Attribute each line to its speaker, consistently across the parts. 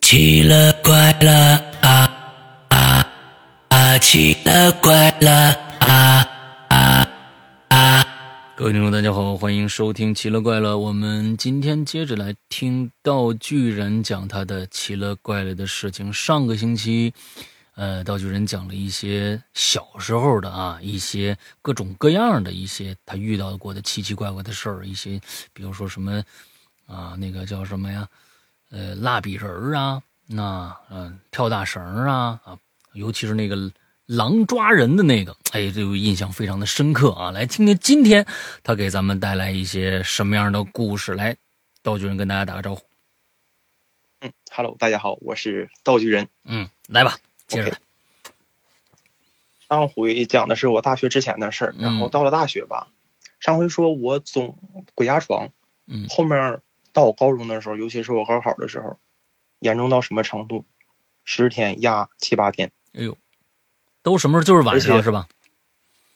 Speaker 1: 奇了怪了啊啊啊！奇了怪了啊啊啊！
Speaker 2: 各位听众，大家好，欢迎收听《奇了怪了》。我们今天接着来听道具人讲他的奇了怪了的事情。上个星期，呃，道具人讲了一些小时候的啊，一些各种各样的一些他遇到过的奇奇怪怪的事儿，一些比如说什么啊，那个叫什么呀？呃，蜡笔人儿啊，那、嗯、跳大绳儿啊啊，尤其是那个狼抓人的那个，哎，这个印象非常的深刻啊。来听听今天他给咱们带来一些什么样的故事？来，道具人跟大家打个招呼。
Speaker 3: 嗯，Hello，大家好，我是道具人。
Speaker 2: 嗯，来吧，接着来。
Speaker 3: 上回讲的是我大学之前的事儿，
Speaker 2: 嗯
Speaker 3: 然后到了大学吧，上回说我总鬼压床，
Speaker 2: 嗯
Speaker 3: 后面到我高中的时候，尤其是我高考的时候，严重到什么程度？十天压七八天，
Speaker 2: 哎呦，都什么时候？就是晚
Speaker 3: 而
Speaker 2: 上
Speaker 3: 且
Speaker 2: 是吧？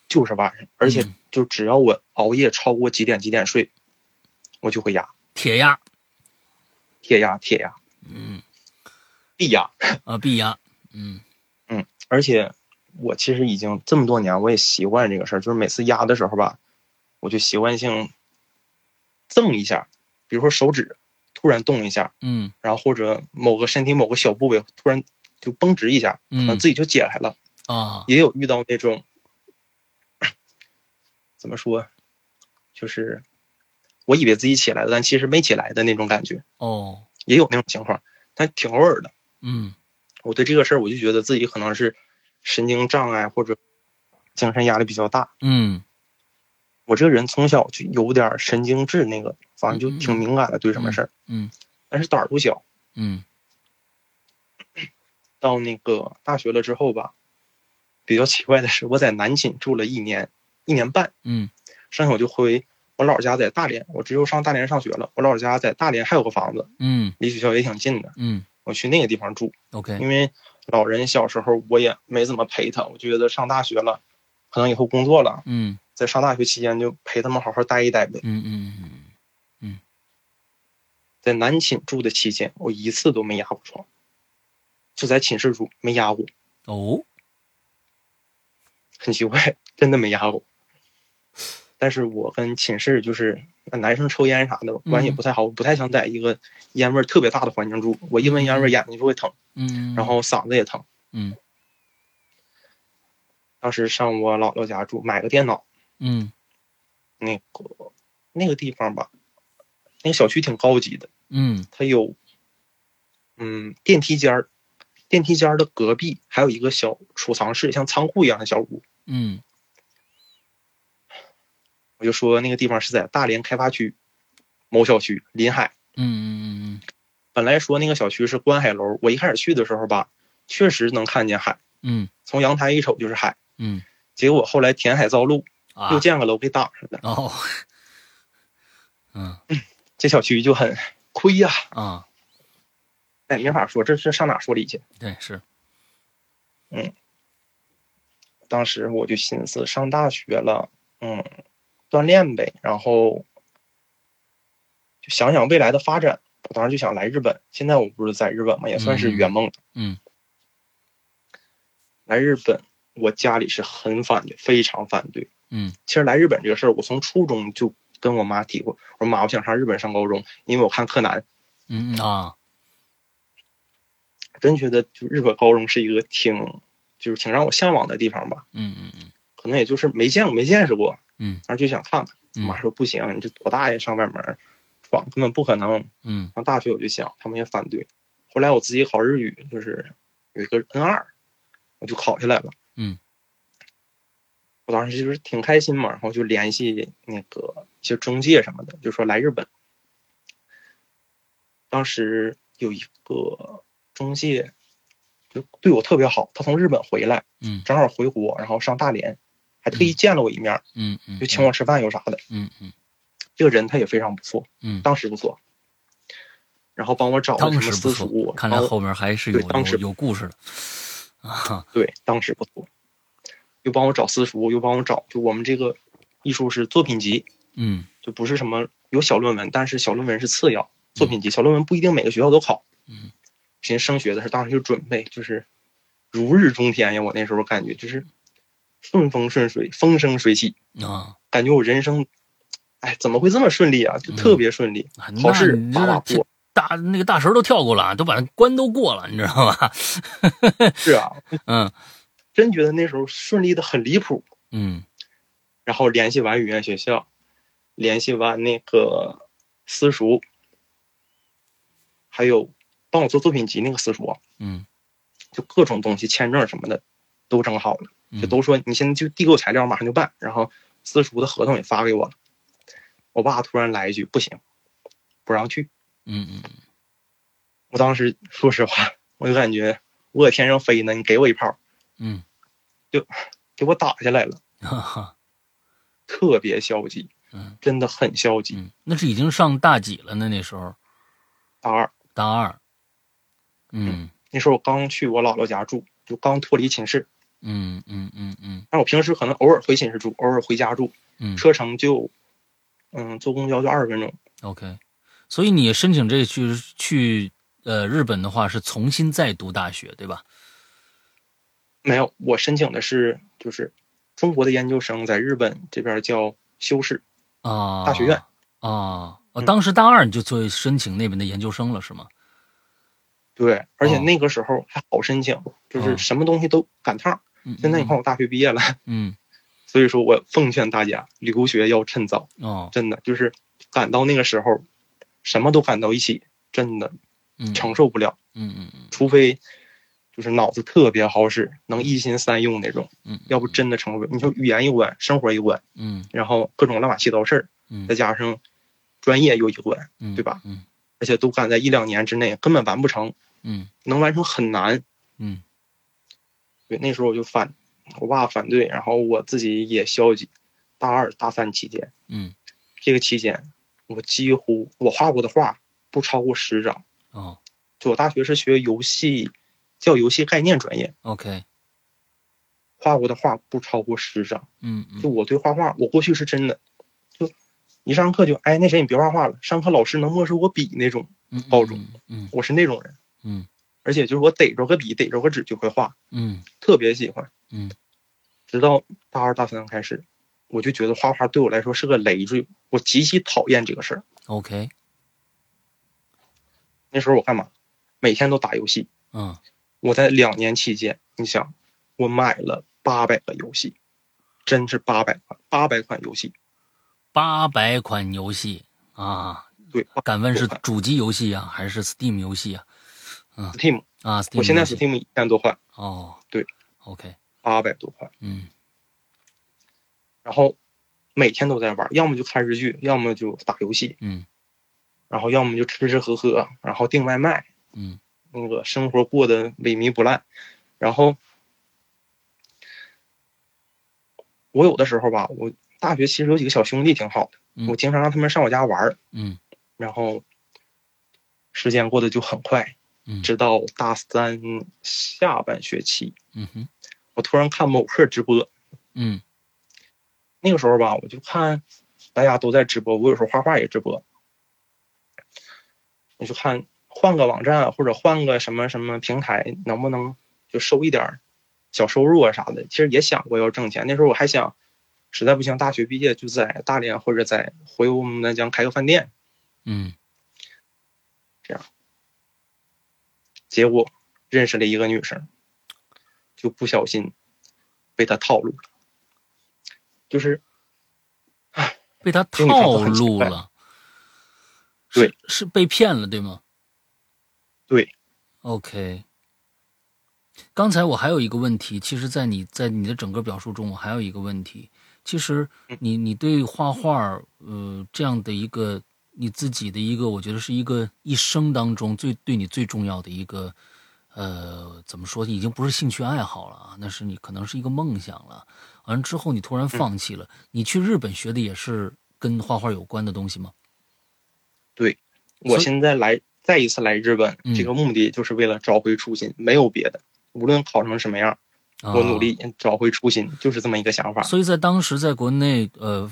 Speaker 3: 就是晚上，而且
Speaker 2: 嗯
Speaker 3: 就只要我熬夜超过几点几点睡，我就会压，
Speaker 2: 铁压，
Speaker 3: 铁压铁压
Speaker 2: 嗯
Speaker 3: 必压。
Speaker 2: 啊，必压，嗯
Speaker 3: 而且我其实已经这么多年，我也习惯这个事儿，就是每次压的时候吧，我就习惯性蹭一下，比如说手指突然动一下，
Speaker 2: 嗯
Speaker 3: 然后或者某个身体某个小部位突然就绷直一下，可能
Speaker 2: 嗯
Speaker 3: 自己就解开了。
Speaker 2: 啊，
Speaker 3: 也有遇到那种怎么说，就是我以为自己起来了，但其实没起来的那种感觉，
Speaker 2: 哦，
Speaker 3: 也有那种情况，但挺偶尔的。
Speaker 2: 嗯
Speaker 3: 我对这个事儿，我就觉得自己可能是神经障碍或者精神压力比较大。
Speaker 2: 嗯，
Speaker 3: 我这个人从小就有点神经质，那个反正就挺敏感的，对什么事儿。
Speaker 2: 嗯嗯嗯
Speaker 3: 但是胆儿不小，
Speaker 2: 嗯
Speaker 3: 到那个大学了之后吧，比较奇怪的是，我在南寝住了一年一年半，
Speaker 2: 嗯
Speaker 3: 剩下我就回我姥姥家在大连，我只有上大连上学了。我姥姥家在大连还有个房子，
Speaker 2: 嗯
Speaker 3: 离学校也挺近的，
Speaker 2: 嗯
Speaker 3: 我去那个地方住。
Speaker 2: ，OK，
Speaker 3: 因为老人小时候我也没怎么陪他，我觉得上大学了，可能以后工作了，
Speaker 2: 嗯
Speaker 3: 在上大学期间就陪他们好好待一待呗。
Speaker 2: 嗯嗯嗯，
Speaker 3: 在南寝住的期间，我一次都没压过床，就在寝室住没压过，
Speaker 2: 哦，
Speaker 3: 很奇怪，真的没压过。但是我跟寝室就是呃男生抽烟啥的关系
Speaker 2: 嗯
Speaker 3: 不太好，我不太想在一个烟味儿特别大的环境住，我一闻烟味儿眼睛就会疼，
Speaker 2: 嗯，
Speaker 3: 然后嗓子也疼。
Speaker 2: 嗯
Speaker 3: 当时上我姥姥家住，买个电脑，
Speaker 2: 嗯
Speaker 3: 那个那个地方吧，那个小区挺高级的，
Speaker 2: 嗯
Speaker 3: 它有嗯电梯间儿，电梯间儿的隔壁还有一个小储藏室，像仓库一样的小屋。
Speaker 2: 嗯，
Speaker 3: 我就说那个地方是在大连开发区某小区临海。
Speaker 2: 嗯嗯嗯
Speaker 3: 本来说那个小区是观海楼，我一开始去的时候吧，确实能看见海，
Speaker 2: 嗯
Speaker 3: 从阳台一瞅就是海。
Speaker 2: 嗯
Speaker 3: 结果后来填海造路，
Speaker 2: 啊
Speaker 3: 又，建个楼给挡上了，
Speaker 2: 哦，嗯
Speaker 3: 这小区就很 亏呀、
Speaker 2: 啊，
Speaker 3: 哎，没法说，这是上哪说理去？
Speaker 2: 对是，
Speaker 3: 当时我就寻思，上大学了，嗯，锻炼呗，然后就想想未来的发展。我当时就想来日本，现在我不是在日本嘛，也算是圆梦了
Speaker 2: 嗯嗯
Speaker 3: 来日本，我家里是很反对，非常反对。
Speaker 2: 嗯
Speaker 3: 其实来日本这个事儿，我从初中就跟我妈提过，我说妈，我想上日本上高中，因为我看柯南，
Speaker 2: 嗯嗯啊，
Speaker 3: 真觉得就日本高中是一个挺，就是挺让我向往的地方吧。
Speaker 2: 嗯嗯嗯
Speaker 3: 可能也就是没见过、没见识过，
Speaker 2: 嗯，
Speaker 3: 然后就想看看。
Speaker 2: 嗯
Speaker 3: 妈说不行，你这多大爷上外面闯，根本不可能。
Speaker 2: 嗯
Speaker 3: 上大学我就想，他们也反对。后来我自己考日语，就是有一个 N 二，我就考下来了。
Speaker 2: 嗯，
Speaker 3: 我当时就是挺开心嘛，然后就联系那个一些中介什么的，就说来日本。当时有一个中介就对我特别好，他从日本回来，
Speaker 2: 嗯
Speaker 3: 正好回国，然后上大连，还特意见了我一面，
Speaker 2: 嗯嗯，
Speaker 3: 就请我吃饭有啥的。
Speaker 2: 嗯嗯
Speaker 3: 这个人他也非常不错，
Speaker 2: 嗯，
Speaker 3: 当时不错。然后帮我找了
Speaker 2: 当
Speaker 3: 什
Speaker 2: 时
Speaker 3: 么
Speaker 2: 不
Speaker 3: 私塾
Speaker 2: 错，，看来
Speaker 3: 帮我
Speaker 2: 后面还是有有有故事的啊，
Speaker 3: 对当时不错，又帮我找私塾，又帮我找就我们这个艺术是作品集，
Speaker 2: 嗯
Speaker 3: 就不是什么有小论文，但是小论文是次要，作品集小论文不一定每个学校都考。
Speaker 2: 嗯，
Speaker 3: 寻升学的事，当时就准备，就是如日中天呀！我那时候感觉就是顺风顺水，风生水起，
Speaker 2: 啊，
Speaker 3: 感觉我人生，哎，怎么会这么顺利啊？就特别顺利，考
Speaker 2: 嗯那
Speaker 3: 试
Speaker 2: 你
Speaker 3: 把把
Speaker 2: 这
Speaker 3: 过。
Speaker 2: 大那个大神都跳过了，都把关都过了，你知道吧？
Speaker 3: 是啊，
Speaker 2: 嗯
Speaker 3: 真觉得那时候顺利的很离谱。
Speaker 2: 嗯
Speaker 3: 然后联系完语言学校，联系完那个私塾，还有帮我做作品集那个私塾啊，
Speaker 2: 嗯
Speaker 3: 就各种东西、签证什么的都整好了，
Speaker 2: 嗯，
Speaker 3: 就都说你现在就递给我材料，马上就办。然后私塾的合同也发给我了。我爸突然来一句：“不行，不让去。
Speaker 2: 嗯嗯”
Speaker 3: 我当时说实话，我就感觉我搁天上飞呢，你给我一炮，
Speaker 2: 嗯，
Speaker 3: 给我打下来了，
Speaker 2: 嗯哈哈，
Speaker 3: 特别消极
Speaker 2: 嗯，
Speaker 3: 真的很消极。
Speaker 2: 嗯，那是已经上大几了呢？那时候
Speaker 3: 大二。
Speaker 2: 大二，嗯
Speaker 3: 那时候我刚去我姥姥家住，就刚脱离寝室。
Speaker 2: 嗯嗯嗯嗯
Speaker 3: 但我平时可能偶尔回寝室住，偶尔回家住，
Speaker 2: 嗯
Speaker 3: 车程就，嗯，坐公交就二十分钟。
Speaker 2: ，OK。所以你申请这去去呃日本的话，是重新再读大学，对吧？
Speaker 3: 没有，我申请的是就是中国的研究生在日本这边叫修士，
Speaker 2: 啊，
Speaker 3: 大学院
Speaker 2: 啊，哦，
Speaker 3: 嗯
Speaker 2: 当时大二你就做申请那边的研究生了，是吗？
Speaker 3: 对，而且
Speaker 2: 哦
Speaker 3: 那个时候还好申请，就
Speaker 2: 哦
Speaker 3: 是什么东西都赶趟儿。
Speaker 2: 嗯，
Speaker 3: 现在你看我大学毕业了，
Speaker 2: 嗯，
Speaker 3: 所以说我奉劝大家留学要趁早，
Speaker 2: 嗯哦，
Speaker 3: 真的就是赶到那个时候，什么都赶到一起，真的
Speaker 2: 嗯
Speaker 3: 承受不了。
Speaker 2: 嗯嗯嗯
Speaker 3: 除非就是脑子特别好使，能一心三用那种，
Speaker 2: 嗯，
Speaker 3: 要不真的成为你说语言一关，生活一关，
Speaker 2: 嗯
Speaker 3: 然后各种乱码七糟事儿，
Speaker 2: 嗯
Speaker 3: 再加上专业又一关，
Speaker 2: 嗯，
Speaker 3: 对吧？
Speaker 2: 嗯
Speaker 3: 而且都赶在一两年之内，根本完不成，
Speaker 2: 嗯
Speaker 3: 能完成很难。
Speaker 2: 嗯
Speaker 3: 对，那时候我就反，我爸反对，然后我自己也消极。大二、大三期间，
Speaker 2: 嗯
Speaker 3: 这个期间，我几乎我画过的画不超过十张。
Speaker 2: 哦
Speaker 3: 就我大学是学游戏，叫游戏概念专业，
Speaker 2: ，OK，
Speaker 3: 画过的画不超过十张。
Speaker 2: 嗯
Speaker 3: 就
Speaker 2: 嗯
Speaker 3: 我对画画，我过去是真的，就一上课就哎，那谁你别画画了，上课老师能没收我笔那种，
Speaker 2: 嗯，
Speaker 3: 高中，
Speaker 2: 嗯
Speaker 3: 我是那种人，
Speaker 2: 嗯
Speaker 3: 而且就是我逮着个笔逮着个纸就会画，
Speaker 2: 嗯
Speaker 3: 特别喜欢。
Speaker 2: 嗯，
Speaker 3: 直到大二大三开始，我就觉得画画对我来说是个累赘，我极其讨厌这个事儿。
Speaker 2: ，OK，
Speaker 3: 那时候我干嘛？每天都打游戏。
Speaker 2: 嗯
Speaker 3: 我在两年期间，你想，我买了八百个游戏，真是八百款，八百款游戏。
Speaker 2: 八百款游戏啊，
Speaker 3: 对
Speaker 2: 敢问是
Speaker 3: 800款
Speaker 2: 主机游戏啊，还是 Steam 游戏啊？
Speaker 3: ，Steam，
Speaker 2: 啊，Steam
Speaker 3: 我现在
Speaker 2: 游戏
Speaker 3: Steam 一千多块，
Speaker 2: 哦，
Speaker 3: 对
Speaker 2: ，OK，
Speaker 3: 八百多块。
Speaker 2: 嗯
Speaker 3: 然后每天都在玩，要么就看日剧，要么就打游戏，
Speaker 2: 嗯
Speaker 3: 然后要么就吃吃喝喝，然后订外卖，
Speaker 2: 嗯
Speaker 3: 那个生活过得萎靡不烂。然后我有的时候吧，我大学其实有几个小兄弟挺好
Speaker 2: 嗯
Speaker 3: 的，我经常让他们上我家玩儿，
Speaker 2: 嗯
Speaker 3: 然后时间过得就很快，
Speaker 2: 嗯
Speaker 3: 直到大三下半学期，
Speaker 2: 嗯哼
Speaker 3: 我突然看某客直播，
Speaker 2: 嗯
Speaker 3: 那个时候吧，我就看大家都在直播，我有时候画画也直播，我就看换个网站或者换个什么什么平台，能不能就收一点儿小收入啊啥的。其实也想过要挣钱，那时候我还想，实在不行，大学毕业就在大连或者在回我们南疆开个饭店。
Speaker 2: 嗯
Speaker 3: 结果认识了一个女生，就不小心被她套路了，就是
Speaker 2: 被他
Speaker 3: 这个女生
Speaker 2: 套
Speaker 3: 都很奇
Speaker 2: 路
Speaker 3: 怪
Speaker 2: 了，
Speaker 3: 对
Speaker 2: 是是被骗了对吗？
Speaker 3: 对
Speaker 2: OK，刚才我还有一个问题，其实，在你在你的整个表述中，我还有一个问题。其实
Speaker 3: 嗯
Speaker 2: 你，你对画画，呃，这样的一个你自己的一个，我觉得是一个一生当中最对你最重要的一个，呃，怎么说，已经不是兴趣爱好了啊，那是你可能是一个梦想了。完了之后，你突
Speaker 3: 嗯
Speaker 2: 然放弃了。你去日本学的也是跟画画有关的东西吗？
Speaker 3: 我
Speaker 2: 所以
Speaker 3: 现在来再一次来日本，
Speaker 2: 嗯
Speaker 3: 这个目的就是为了找回初心，没有别的。无论考成什么样，
Speaker 2: 啊
Speaker 3: 我努力找回初心，就是这么一个想法。
Speaker 2: 所以在当时在国内，呃，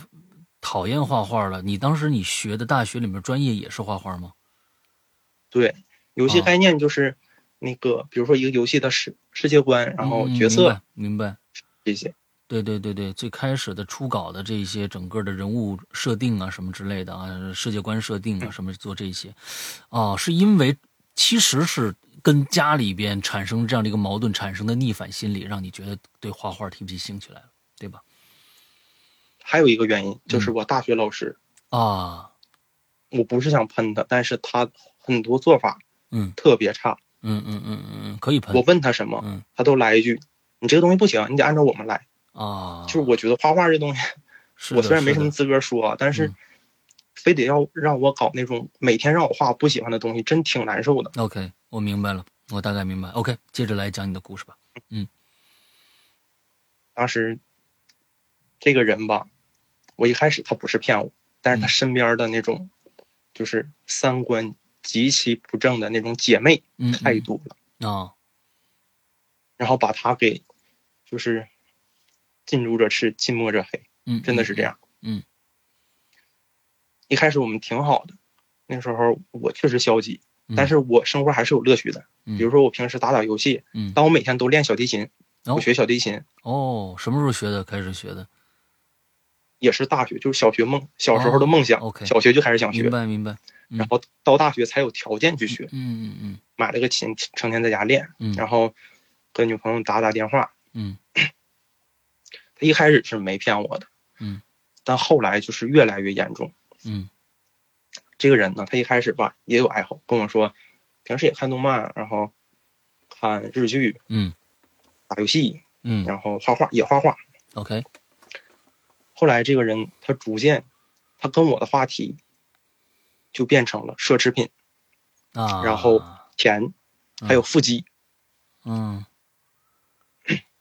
Speaker 2: 讨厌画画了。你当时你学的大学里面专业也是画画吗？啊
Speaker 3: 对，游戏概念就是那个，比如说一个游戏的世世界观，然后
Speaker 2: 嗯
Speaker 3: 角色
Speaker 2: 明白明白，
Speaker 3: 这些，
Speaker 2: 对对对对，最开始的初稿的这一些整个的人物设定啊什么之类的啊，世界观设定
Speaker 3: 嗯
Speaker 2: 啊什么做这些，哦，是因为其实是跟家里边产生这样的一个矛盾，产生的逆反心理，让你觉得对画画提不起兴趣来了，对吧？
Speaker 3: 还有一个原因
Speaker 2: 嗯
Speaker 3: 就是我大学老师，
Speaker 2: 啊，
Speaker 3: 我不是想喷他，但是他很多做法
Speaker 2: 嗯
Speaker 3: 特别差。
Speaker 2: 嗯嗯嗯嗯嗯，可以喷
Speaker 3: 我问他什么，
Speaker 2: 嗯
Speaker 3: 他都来一句：“你这个东西不行，你得按照我们来。”
Speaker 2: 啊，
Speaker 3: 就是我觉得画画这东西，
Speaker 2: 是
Speaker 3: 我
Speaker 2: 的
Speaker 3: 虽然没
Speaker 2: 是
Speaker 3: 什么
Speaker 2: 的
Speaker 3: 资格说啊，但是
Speaker 2: 嗯
Speaker 3: 非得要让我搞那种每天让我画不喜欢的东西，真挺难受的。
Speaker 2: OK，我明白了，我大概明白。OK，接着来讲你的故事吧。
Speaker 3: 当时这个人吧，我一开始他不是骗我，但是他
Speaker 2: 嗯
Speaker 3: 身边的那种就是三观极其不正的那种姐妹
Speaker 2: 嗯，
Speaker 3: 太多了，
Speaker 2: 嗯啊，
Speaker 3: 然后把他给就是近朱者赤，近墨者黑，
Speaker 2: 嗯，
Speaker 3: 真的是这样。
Speaker 2: 嗯，
Speaker 3: 一开始我们挺好的，那时候我确实消极，
Speaker 2: 嗯，
Speaker 3: 但是我生活还是有乐趣的。
Speaker 2: 嗯
Speaker 3: 比如说我平时打打游戏，
Speaker 2: 嗯
Speaker 3: 但我每天都练小提琴，
Speaker 2: 哦
Speaker 3: 我学小提琴
Speaker 2: 哦，什么时候学的？开始学的？
Speaker 3: 也是大学，就是小学梦，小时候的梦想，
Speaker 2: 哦，OK
Speaker 3: 小学就开始想学
Speaker 2: 明，白明白。嗯
Speaker 3: 然后到大学才有条件去学，
Speaker 2: 嗯嗯
Speaker 3: 买了个琴，成天在家练，
Speaker 2: 嗯
Speaker 3: 然后跟女朋友打打电话。
Speaker 2: 嗯
Speaker 3: 他一开始是没骗我的，
Speaker 2: 嗯，
Speaker 3: 但后来就是越来越严重。
Speaker 2: 嗯
Speaker 3: 这个人呢，他一开始吧也有爱好，跟我说，平时也看动漫，然后看日剧、
Speaker 2: 嗯
Speaker 3: 打游戏，
Speaker 2: 嗯嗯
Speaker 3: 然后画画也画画。
Speaker 2: ，OK，
Speaker 3: 后来这个人他逐渐，他跟我的话题就变成了奢侈品、
Speaker 2: 啊，
Speaker 3: 然后钱，还有腹肌。
Speaker 2: 嗯，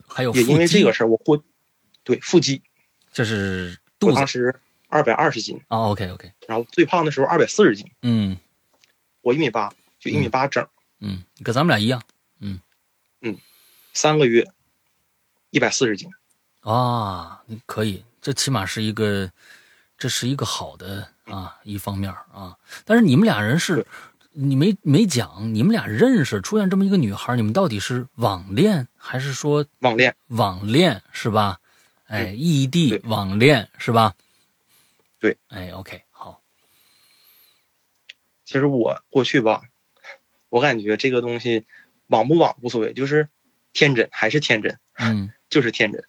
Speaker 2: 还有
Speaker 3: 也因为
Speaker 2: 腹肌
Speaker 3: 这个，事儿，我获对腹肌，
Speaker 2: 这是
Speaker 3: 我
Speaker 2: 肚
Speaker 3: 当
Speaker 2: 子
Speaker 3: 时二百二十斤，
Speaker 2: 啊。OK OK，
Speaker 3: 然后最胖的时候二百四十斤，
Speaker 2: 嗯
Speaker 3: 我一米八，就一米八整，
Speaker 2: 嗯，跟咱们俩一样
Speaker 3: 三个月一百四十斤。
Speaker 2: 啊，你可以，这起码是一个，这是一个好的啊一方面儿啊。但是你们俩人是
Speaker 3: 对，
Speaker 2: 你没没讲，你们俩认识出现这么一个女孩儿，你们到底是网恋还是说
Speaker 3: 网恋
Speaker 2: 网恋是吧？哎，异地
Speaker 3: 对
Speaker 2: 网恋是吧？
Speaker 3: 对，
Speaker 2: 哎，OK，好，
Speaker 3: 其实我过去吧，我感觉这个东西网不网无所谓，就是天真还是天真，
Speaker 2: 嗯
Speaker 3: 就是天真。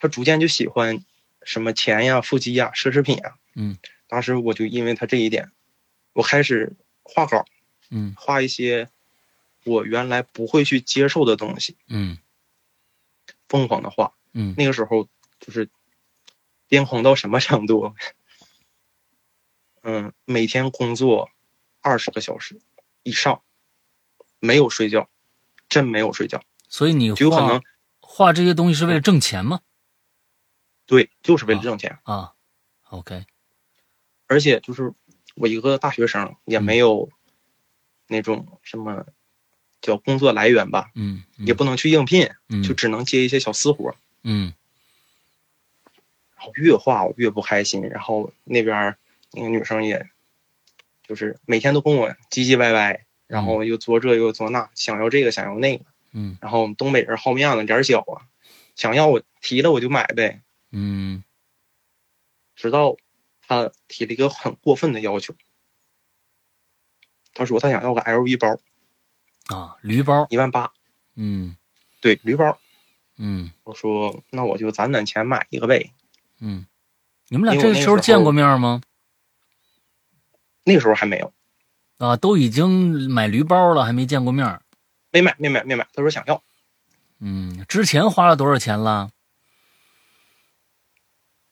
Speaker 3: 他逐渐就喜欢什么钱呀、腹肌呀、奢侈品呀。
Speaker 2: 嗯，
Speaker 3: 当时我就因为他这一点，我开始画稿，
Speaker 2: 嗯
Speaker 3: 画一些我原来不会去接受的东西，
Speaker 2: 嗯
Speaker 3: 疯狂的画。
Speaker 2: 嗯
Speaker 3: 那个时候就是癫狂到什么程度？ 嗯，每天工作二十个小时以上，没有睡觉，真没有睡觉，
Speaker 2: 所以你
Speaker 3: 就有可
Speaker 2: 画
Speaker 3: 能
Speaker 2: 画这些东西是为了挣钱吗？
Speaker 3: 对，就是为了挣钱。
Speaker 2: 啊，OK，
Speaker 3: 而且就是我一个大学生，也
Speaker 2: 嗯
Speaker 3: 没有那种什么叫工作来源吧，
Speaker 2: 嗯，嗯
Speaker 3: 也不能去应聘，
Speaker 2: 嗯
Speaker 3: 就只能接一些小私活。
Speaker 2: 嗯
Speaker 3: 然后越画我越不开心，然后那边儿那个女生也，就是每天都跟我唧唧歪歪，然后又做这又做那，想要这个想要那个，
Speaker 2: 嗯
Speaker 3: 然后我们东北人好面子，脸儿小啊，想要我提了我就买呗，
Speaker 2: 嗯
Speaker 3: 直到他提了一个很过分的要求，他说他想要个 LV 包，
Speaker 2: 啊，驴包，
Speaker 3: 一万八，
Speaker 2: 嗯
Speaker 3: 对，驴包。
Speaker 2: 嗯。
Speaker 3: 我说那我就攒攒钱买一个呗。
Speaker 2: 嗯，你们俩
Speaker 3: 因
Speaker 2: 这
Speaker 3: 为我
Speaker 2: 个
Speaker 3: 那
Speaker 2: 时候
Speaker 3: 时候
Speaker 2: 见过面吗？
Speaker 3: 那个时候还没有，
Speaker 2: 啊，都已经买驴包了，还没见过面儿。
Speaker 3: 没买，没买，没买。他说想要，
Speaker 2: 嗯，之前花了多少钱了？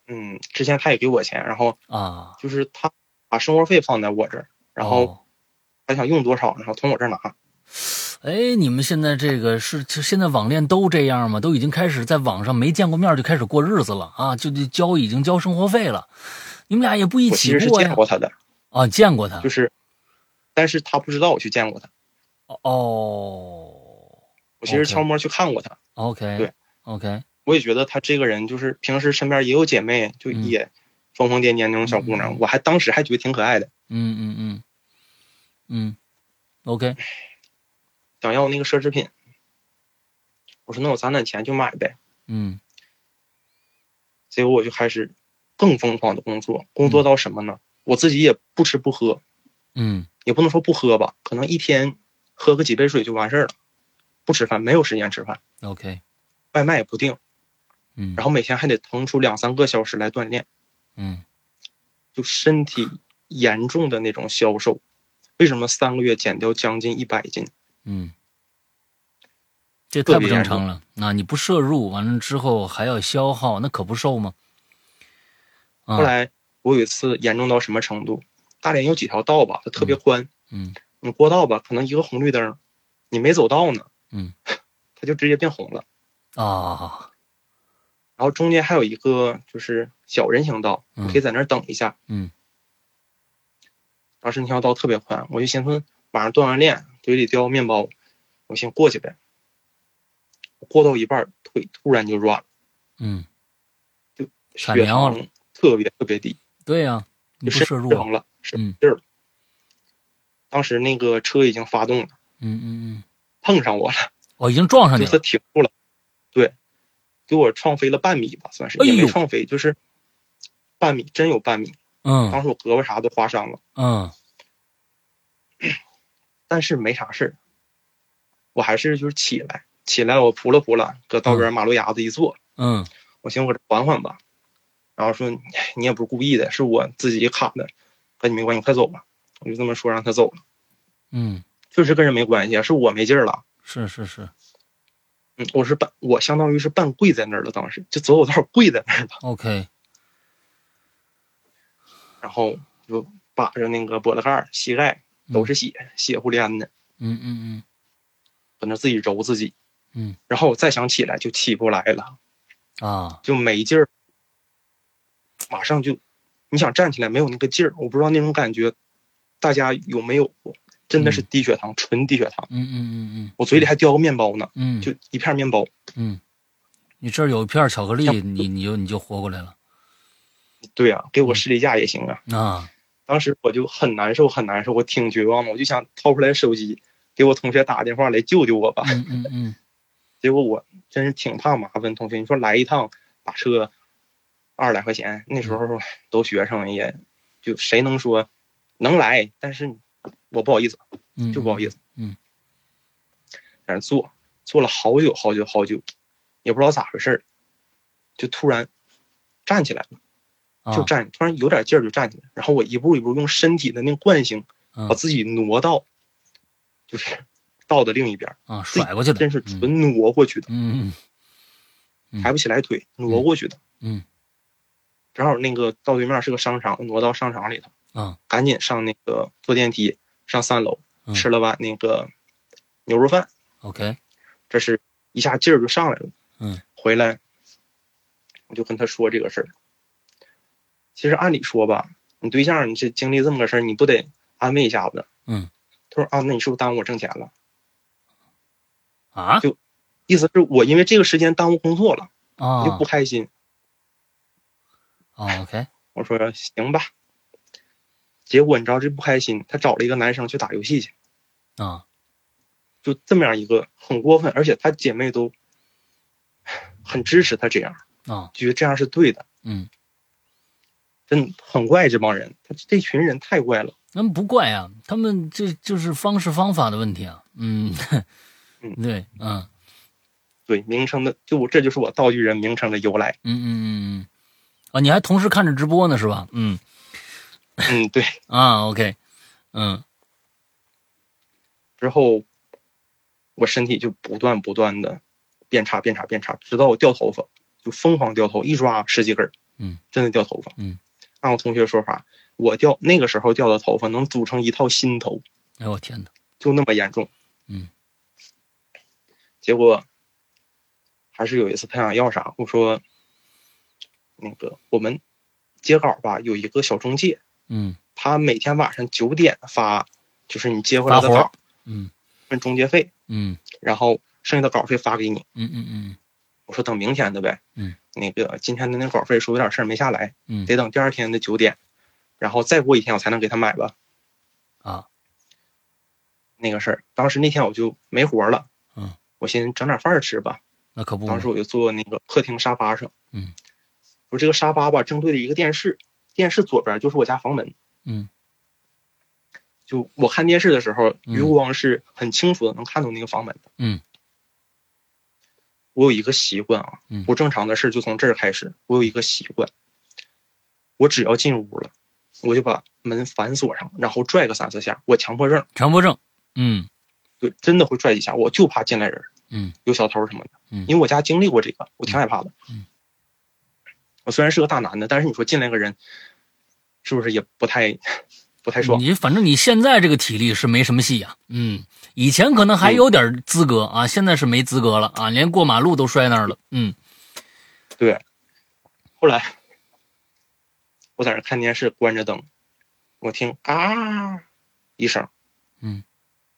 Speaker 3: 嗯，之前他也给我钱，然后
Speaker 2: 啊，
Speaker 3: 就是他把生活费放在我这儿，然后
Speaker 2: 哦
Speaker 3: 他想用多少，然后从我这儿拿。
Speaker 2: 哎，你们现在这个是就现在网恋都这样吗？都已经开始在网上没见过面儿就开始过日子了啊，就就交已经交生活费了。你们俩也不一
Speaker 3: 我其
Speaker 2: 起
Speaker 3: 实是
Speaker 2: 过
Speaker 3: 见
Speaker 2: 呀？
Speaker 3: 过他的，
Speaker 2: 啊，见过他
Speaker 3: 就是，但是他不知道我去见过他，
Speaker 2: 哦。
Speaker 3: 我其实
Speaker 2: OK
Speaker 3: 悄摸去看过他。
Speaker 2: OK，
Speaker 3: 对
Speaker 2: o k
Speaker 3: 我也觉得他这个人就是平时身边也有姐妹，就
Speaker 2: 嗯
Speaker 3: 也疯疯癫癫那种小姑
Speaker 2: 嗯嗯
Speaker 3: 娘，
Speaker 2: 嗯
Speaker 3: 我还当时还觉得挺可爱的。
Speaker 2: 嗯嗯嗯嗯，OK，
Speaker 3: 想要那个奢侈品。我说那我攒点钱就买呗。
Speaker 2: 嗯
Speaker 3: 结果我就开始更疯狂的工作，工作到什么呢？我自己也不吃不喝，
Speaker 2: 嗯
Speaker 3: 也不能说不喝吧，可能一天喝个几杯水就完事儿了，不吃饭，没有时间吃饭，
Speaker 2: ，OK，
Speaker 3: 外卖也不订，
Speaker 2: 嗯，
Speaker 3: 然
Speaker 2: 后
Speaker 3: 后每天还得腾出两三个小时来锻炼，
Speaker 2: 嗯
Speaker 3: 就身体严重的那种消瘦。为什么三个月减掉将近一百斤？
Speaker 2: 嗯，这
Speaker 3: 特
Speaker 2: 太不
Speaker 3: 别
Speaker 2: 正
Speaker 3: 严
Speaker 2: 常
Speaker 3: 重
Speaker 2: 了。那你不摄入完了之后还要消耗，那可不瘦吗？啊
Speaker 3: 后，来我有一次严重到什么程度？大连有几条道吧，它特别宽，
Speaker 2: 嗯
Speaker 3: 你过道吧，可能一个红绿灯，你没走到呢，
Speaker 2: 嗯，
Speaker 3: 它就直接变红了。
Speaker 2: 啊，
Speaker 3: 然后中间还有一个就是小人行道，
Speaker 2: 嗯
Speaker 3: 你可以在那儿等一下。
Speaker 2: 嗯。
Speaker 3: 当时那条道特别宽，我就寻思晚上锻完炼，嘴里叼面包，我先过去呗。过到一半儿，腿突然就软了，
Speaker 2: 嗯，闪
Speaker 3: 血
Speaker 2: 苗了
Speaker 3: 糖特别特别低，
Speaker 2: 对呀、你
Speaker 3: 就
Speaker 2: 不
Speaker 3: 肾
Speaker 2: 摄入
Speaker 3: 失
Speaker 2: 啊，
Speaker 3: 衡了，是
Speaker 2: 嗯
Speaker 3: 劲儿了。当时那个车已经发动了，
Speaker 2: 嗯嗯嗯，
Speaker 3: 碰上我了，
Speaker 2: 哦，已经撞上
Speaker 3: 就
Speaker 2: 你
Speaker 3: 是
Speaker 2: 了，
Speaker 3: 停住了，对，给我撞飞了半米吧，算是
Speaker 2: 哎
Speaker 3: 也
Speaker 2: 呦
Speaker 3: 没撞飞，就是半米，真有半米。
Speaker 2: 嗯
Speaker 3: 当时我胳膊啥都划伤了，
Speaker 2: 嗯
Speaker 3: 但是没啥事儿，我还是就是起来，起来我扑了扑了，搁道边马路牙子一坐，
Speaker 2: 嗯
Speaker 3: 我寻思我这缓缓吧，然后说哎你也不是故意的，是我自己卡的，跟你没关系，快走吧，我就这么说让他走了，
Speaker 2: 嗯，
Speaker 3: 确实跟人没关系，啊是我没劲儿了，
Speaker 2: 是是是
Speaker 3: 嗯，我是半我相当于是半跪在那儿了，当时就走走道跪在那儿了，
Speaker 2: ，OK，
Speaker 3: 然后就把着那个脖子盖儿、膝盖都是血，血乎连的，
Speaker 2: 嗯嗯嗯
Speaker 3: 搁那自己揉自己，
Speaker 2: 嗯，
Speaker 3: 然后我再想起来就起不来了。
Speaker 2: 啊，
Speaker 3: 就没劲儿，马上就，你想站起来没有那个劲儿，我不知道那种感觉，大家有没有过？真的是
Speaker 2: 嗯
Speaker 3: 低血糖，纯低血糖。
Speaker 2: 嗯嗯嗯嗯
Speaker 3: 我嘴里还叼个面包呢，
Speaker 2: 嗯，
Speaker 3: 就一片面包。
Speaker 2: 嗯，你这儿有一片巧克力，
Speaker 3: 像
Speaker 2: 你你就你就活过来了
Speaker 3: 对啊，给我
Speaker 2: 嗯
Speaker 3: 士力架也行啊。
Speaker 2: 啊！
Speaker 3: 当时我就很难受，很难受，我挺绝望的，我就想掏出来手机给我同学打个电话来救救我吧。
Speaker 2: 嗯嗯嗯
Speaker 3: 结果我真是挺怕麻烦，同学，你说来一趟打车二十来块钱，那时
Speaker 2: 嗯
Speaker 3: 候都学生也，就谁能说能来？但是我不好意思，
Speaker 2: 嗯，
Speaker 3: 就不好意思，
Speaker 2: 嗯，
Speaker 3: 在那坐坐了好久好久好久，也不知道咋回事儿，就突然站起来了，
Speaker 2: 啊，
Speaker 3: 就站，突然有点劲儿就站起来，然后我一步一步用身体的那个惯性
Speaker 2: 嗯
Speaker 3: 把自己挪到，就是到的另一边儿，
Speaker 2: 啊甩过去的，
Speaker 3: 真是
Speaker 2: 嗯
Speaker 3: 纯挪过去的，
Speaker 2: 嗯嗯嗯
Speaker 3: 抬不起来腿，挪过去的。
Speaker 2: 嗯
Speaker 3: 正好那个到对面是个商场，我挪到商场里头，
Speaker 2: 啊
Speaker 3: 赶紧上那个坐电梯上三楼
Speaker 2: 嗯，
Speaker 3: 吃了碗那个牛肉饭，
Speaker 2: ，OK，
Speaker 3: 这是一下劲儿就上来了。
Speaker 2: 嗯，
Speaker 3: 回来我就跟他说这个事儿。其实按理说吧，你对象你这经历这么个事儿，你不得安慰一下子？
Speaker 2: 嗯，
Speaker 3: 他说啊，那你是不是耽误我挣钱了？
Speaker 2: 啊
Speaker 3: 就意思是我因为这个时间耽误工作了，
Speaker 2: 啊
Speaker 3: 你就不开心。
Speaker 2: 啊，OK，
Speaker 3: 我说行吧。结果你知道这不开心，他找了一个男生去打游戏去。
Speaker 2: 啊
Speaker 3: 就这么样一个很过分，而且她姐妹都很支持她这样，
Speaker 2: 啊
Speaker 3: 觉得这样是对的，
Speaker 2: 嗯，
Speaker 3: 真的很怪这帮人，他这群人太怪了。
Speaker 2: 那不怪啊，他们这就是方式方法的问题啊，嗯，
Speaker 3: 嗯
Speaker 2: 对，嗯
Speaker 3: 对名称的，就我这就是我道具人名称的由来。
Speaker 2: 嗯嗯嗯嗯，啊，你还同时看着直播呢是吧？嗯
Speaker 3: 嗯，对。
Speaker 2: 啊，OK，嗯
Speaker 3: 之后我身体就不断不断的变差变差变差，直到我掉头发，就疯狂掉头，一抓十几根儿
Speaker 2: 嗯，
Speaker 3: 真的掉头发。
Speaker 2: 嗯，
Speaker 3: 按我同学说法，我掉那个时候掉的头发能组成一套新头。
Speaker 2: 哎我天哪，
Speaker 3: 就那么严重。
Speaker 2: 嗯，
Speaker 3: 结果还是有一次他想要啥，我说那个我们接稿吧，有一个小中介，
Speaker 2: 嗯
Speaker 3: 他每天晚上九点发，就是你接回来的
Speaker 2: 发活
Speaker 3: 稿
Speaker 2: 嗯
Speaker 3: 分中介费，
Speaker 2: 嗯
Speaker 3: 然后剩下的稿费发给你。
Speaker 2: 嗯嗯嗯
Speaker 3: 我说等明天的呗。
Speaker 2: 嗯，
Speaker 3: 那个今天的那稿费说有点事儿没下来，
Speaker 2: 嗯
Speaker 3: 得等第二天的九点，然后再过一天我才能给他买吧。
Speaker 2: 啊
Speaker 3: 那个事儿。当时那天我就没活了，
Speaker 2: 嗯，
Speaker 3: 我寻思整点饭吃吧。
Speaker 2: 那可不嘛，
Speaker 3: 当时我就坐那个客厅沙发上，
Speaker 2: 嗯，
Speaker 3: 我这个沙发吧正对着一个电视，电视左边就是我家房门，
Speaker 2: 嗯，
Speaker 3: 就我看电视的时候，
Speaker 2: 嗯
Speaker 3: 余光是很清楚的能看到那个房门的，
Speaker 2: 嗯。
Speaker 3: 我有一个习惯啊
Speaker 2: 嗯，
Speaker 3: 不正常的事就从这儿开始。我有一个习惯，我只要进屋了，我就把门反锁上，然后拽个三四下。我强迫症，
Speaker 2: 强迫症，嗯
Speaker 3: 对，真的会拽几下，我就怕进来人。
Speaker 2: 嗯
Speaker 3: 有小偷什么的。
Speaker 2: 嗯
Speaker 3: 因为我家经历过这个，我挺害怕的。
Speaker 2: 嗯，
Speaker 3: 我虽然是个大男的，但是你说进来个人，是不是也不太不太爽？
Speaker 2: 你反正你现在这个体力是没什么戏呀、嗯，以前可能还有点资格啊，现在是没资格了啊，连过马路都摔那儿了，嗯
Speaker 3: 后来我在那看电视，关着灯，我听啊一声，
Speaker 2: 嗯，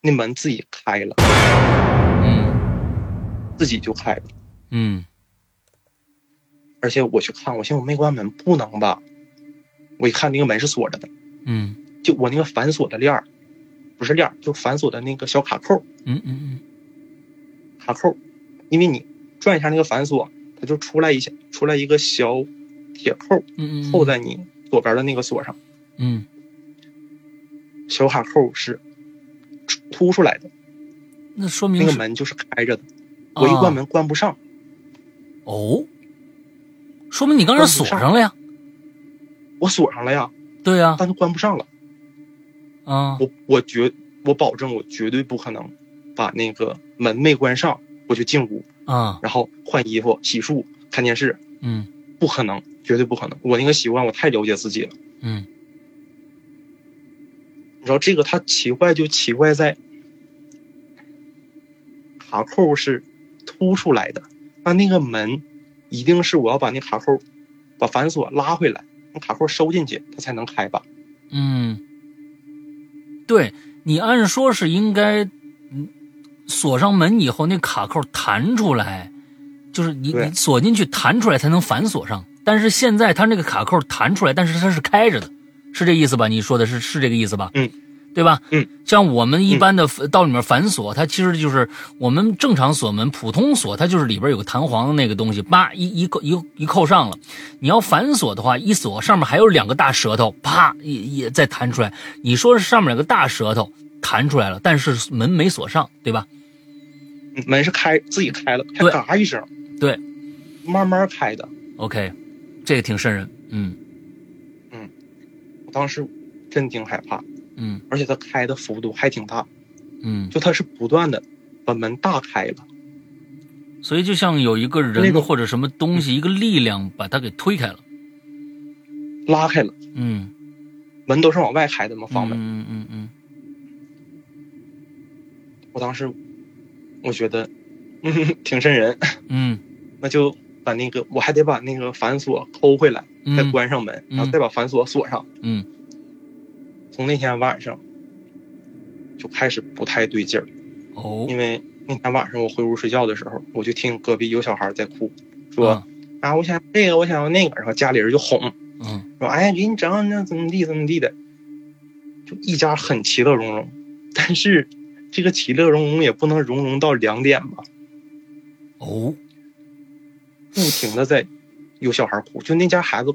Speaker 3: 那门自己开了，
Speaker 2: 嗯
Speaker 3: 自己就开了，
Speaker 2: 嗯
Speaker 3: 而且我去看，我寻思我没关门，不能吧？我一看那个门是锁着的，
Speaker 2: 嗯
Speaker 3: 就我那个反锁的链儿，不是链儿，就反锁的那个小卡扣，
Speaker 2: 嗯嗯
Speaker 3: 卡扣，因为你转一下那个反锁，它就出来一下，出来一个小铁扣
Speaker 2: 嗯嗯，
Speaker 3: 扣在你左边的那个锁上，
Speaker 2: 嗯
Speaker 3: 小卡扣是凸出来的，
Speaker 2: 那说明
Speaker 3: 那个
Speaker 2: 是啊
Speaker 3: 门就是开着的。
Speaker 2: 嗯
Speaker 3: 我一关门关不上，
Speaker 2: 哦，说明你刚才锁上了呀，
Speaker 3: 我锁上了呀，
Speaker 2: 对呀
Speaker 3: 但是关不上了。
Speaker 2: 啊
Speaker 3: 我我绝我保证，我绝对不可能把那个门没关上，我就进屋，
Speaker 2: 啊
Speaker 3: 然后换衣服、洗漱、看电视，
Speaker 2: 嗯
Speaker 3: 不可能，绝对不可能。我那个习惯，我太了解自己了。
Speaker 2: 嗯
Speaker 3: 你知道这个它奇怪就奇怪在，卡扣是凸出来的，那那个门一定是我要把那卡扣把反锁拉回来，那卡扣收进去，它才能开吧？
Speaker 2: 嗯，对你按说是应该嗯锁上门以后那卡扣弹出来，就是你
Speaker 3: 对
Speaker 2: 你锁进去弹出来才能反锁上，但是现在它那个卡扣弹出来，但是它是开着的，是这意思吧？你说的是是这个意思吧？
Speaker 3: 嗯。
Speaker 2: 对吧？
Speaker 3: 嗯，
Speaker 2: 像我们一般的呃到里面反锁，它其实就是我们正常锁门、普通锁，它就是里边有个弹簧的那个东西，叭一一扣一一扣上了。你要反锁的话，一锁上面还有两个大舌头，啪也也再弹出来。你说是上面两个大舌头弹出来了，但是门没锁上，对吧？
Speaker 3: 嗯门是开自己开了，开
Speaker 2: 对
Speaker 3: 嘎一声，
Speaker 2: 对
Speaker 3: 慢慢开的。
Speaker 2: ，OK，这个挺瘆人。嗯
Speaker 3: 我当时真挺害怕，
Speaker 2: 嗯
Speaker 3: 而且它开的幅度还挺大，
Speaker 2: 嗯，
Speaker 3: 就它是不断的把门大开了。
Speaker 2: 所以就像有一个
Speaker 3: 那
Speaker 2: 人
Speaker 3: 个
Speaker 2: 或者什么东西，一个力量把它给推开了。
Speaker 3: 拉开了，
Speaker 2: 嗯，
Speaker 3: 门都是往外开的嘛，房门。
Speaker 2: 嗯嗯嗯
Speaker 3: 我当时我觉得， 嗯，挺瘆人。
Speaker 2: 嗯
Speaker 3: 那就把那个我还得把那个反锁抠回来，
Speaker 2: 嗯，
Speaker 3: 再关上门，
Speaker 2: 嗯
Speaker 3: 然后再把反锁锁上。
Speaker 2: 嗯，
Speaker 3: 从那天晚上就开始不太对劲儿，
Speaker 2: 哦，
Speaker 3: 因为那天晚上我回屋睡觉的时候，我就听隔壁有小孩在哭，说
Speaker 2: 啊
Speaker 3: 啊我想要这个，我想要那个，然后家里人就哄
Speaker 2: 嗯
Speaker 3: 说哎给你整那怎么地怎么地的，就一家很其乐融融，但是这个其乐融融也不能融融到两点吧，
Speaker 2: 哦，
Speaker 3: 不停的在有小孩哭，就那家孩子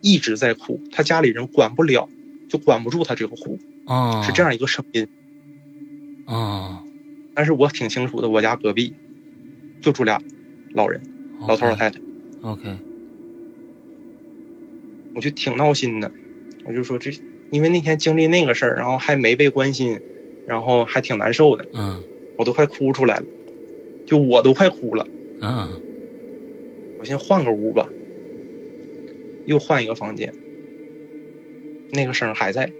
Speaker 3: 一直在哭，他家里人管不了，就管不住他这个哭，
Speaker 2: 啊，
Speaker 3: 是这样一个声音。
Speaker 2: 啊，
Speaker 3: 但是我挺清楚的，我家隔壁就住俩老人，
Speaker 2: 哦
Speaker 3: 老头老太太，
Speaker 2: ，OK，
Speaker 3: 我就挺闹心的，我就说这因为那天经历那个事儿，然后还没被关心，然后还挺难受的，
Speaker 2: 嗯
Speaker 3: 我都快哭出来了，就我都快哭了，
Speaker 2: 嗯
Speaker 3: 我先换个屋吧，又换一个房间，那个声儿还在，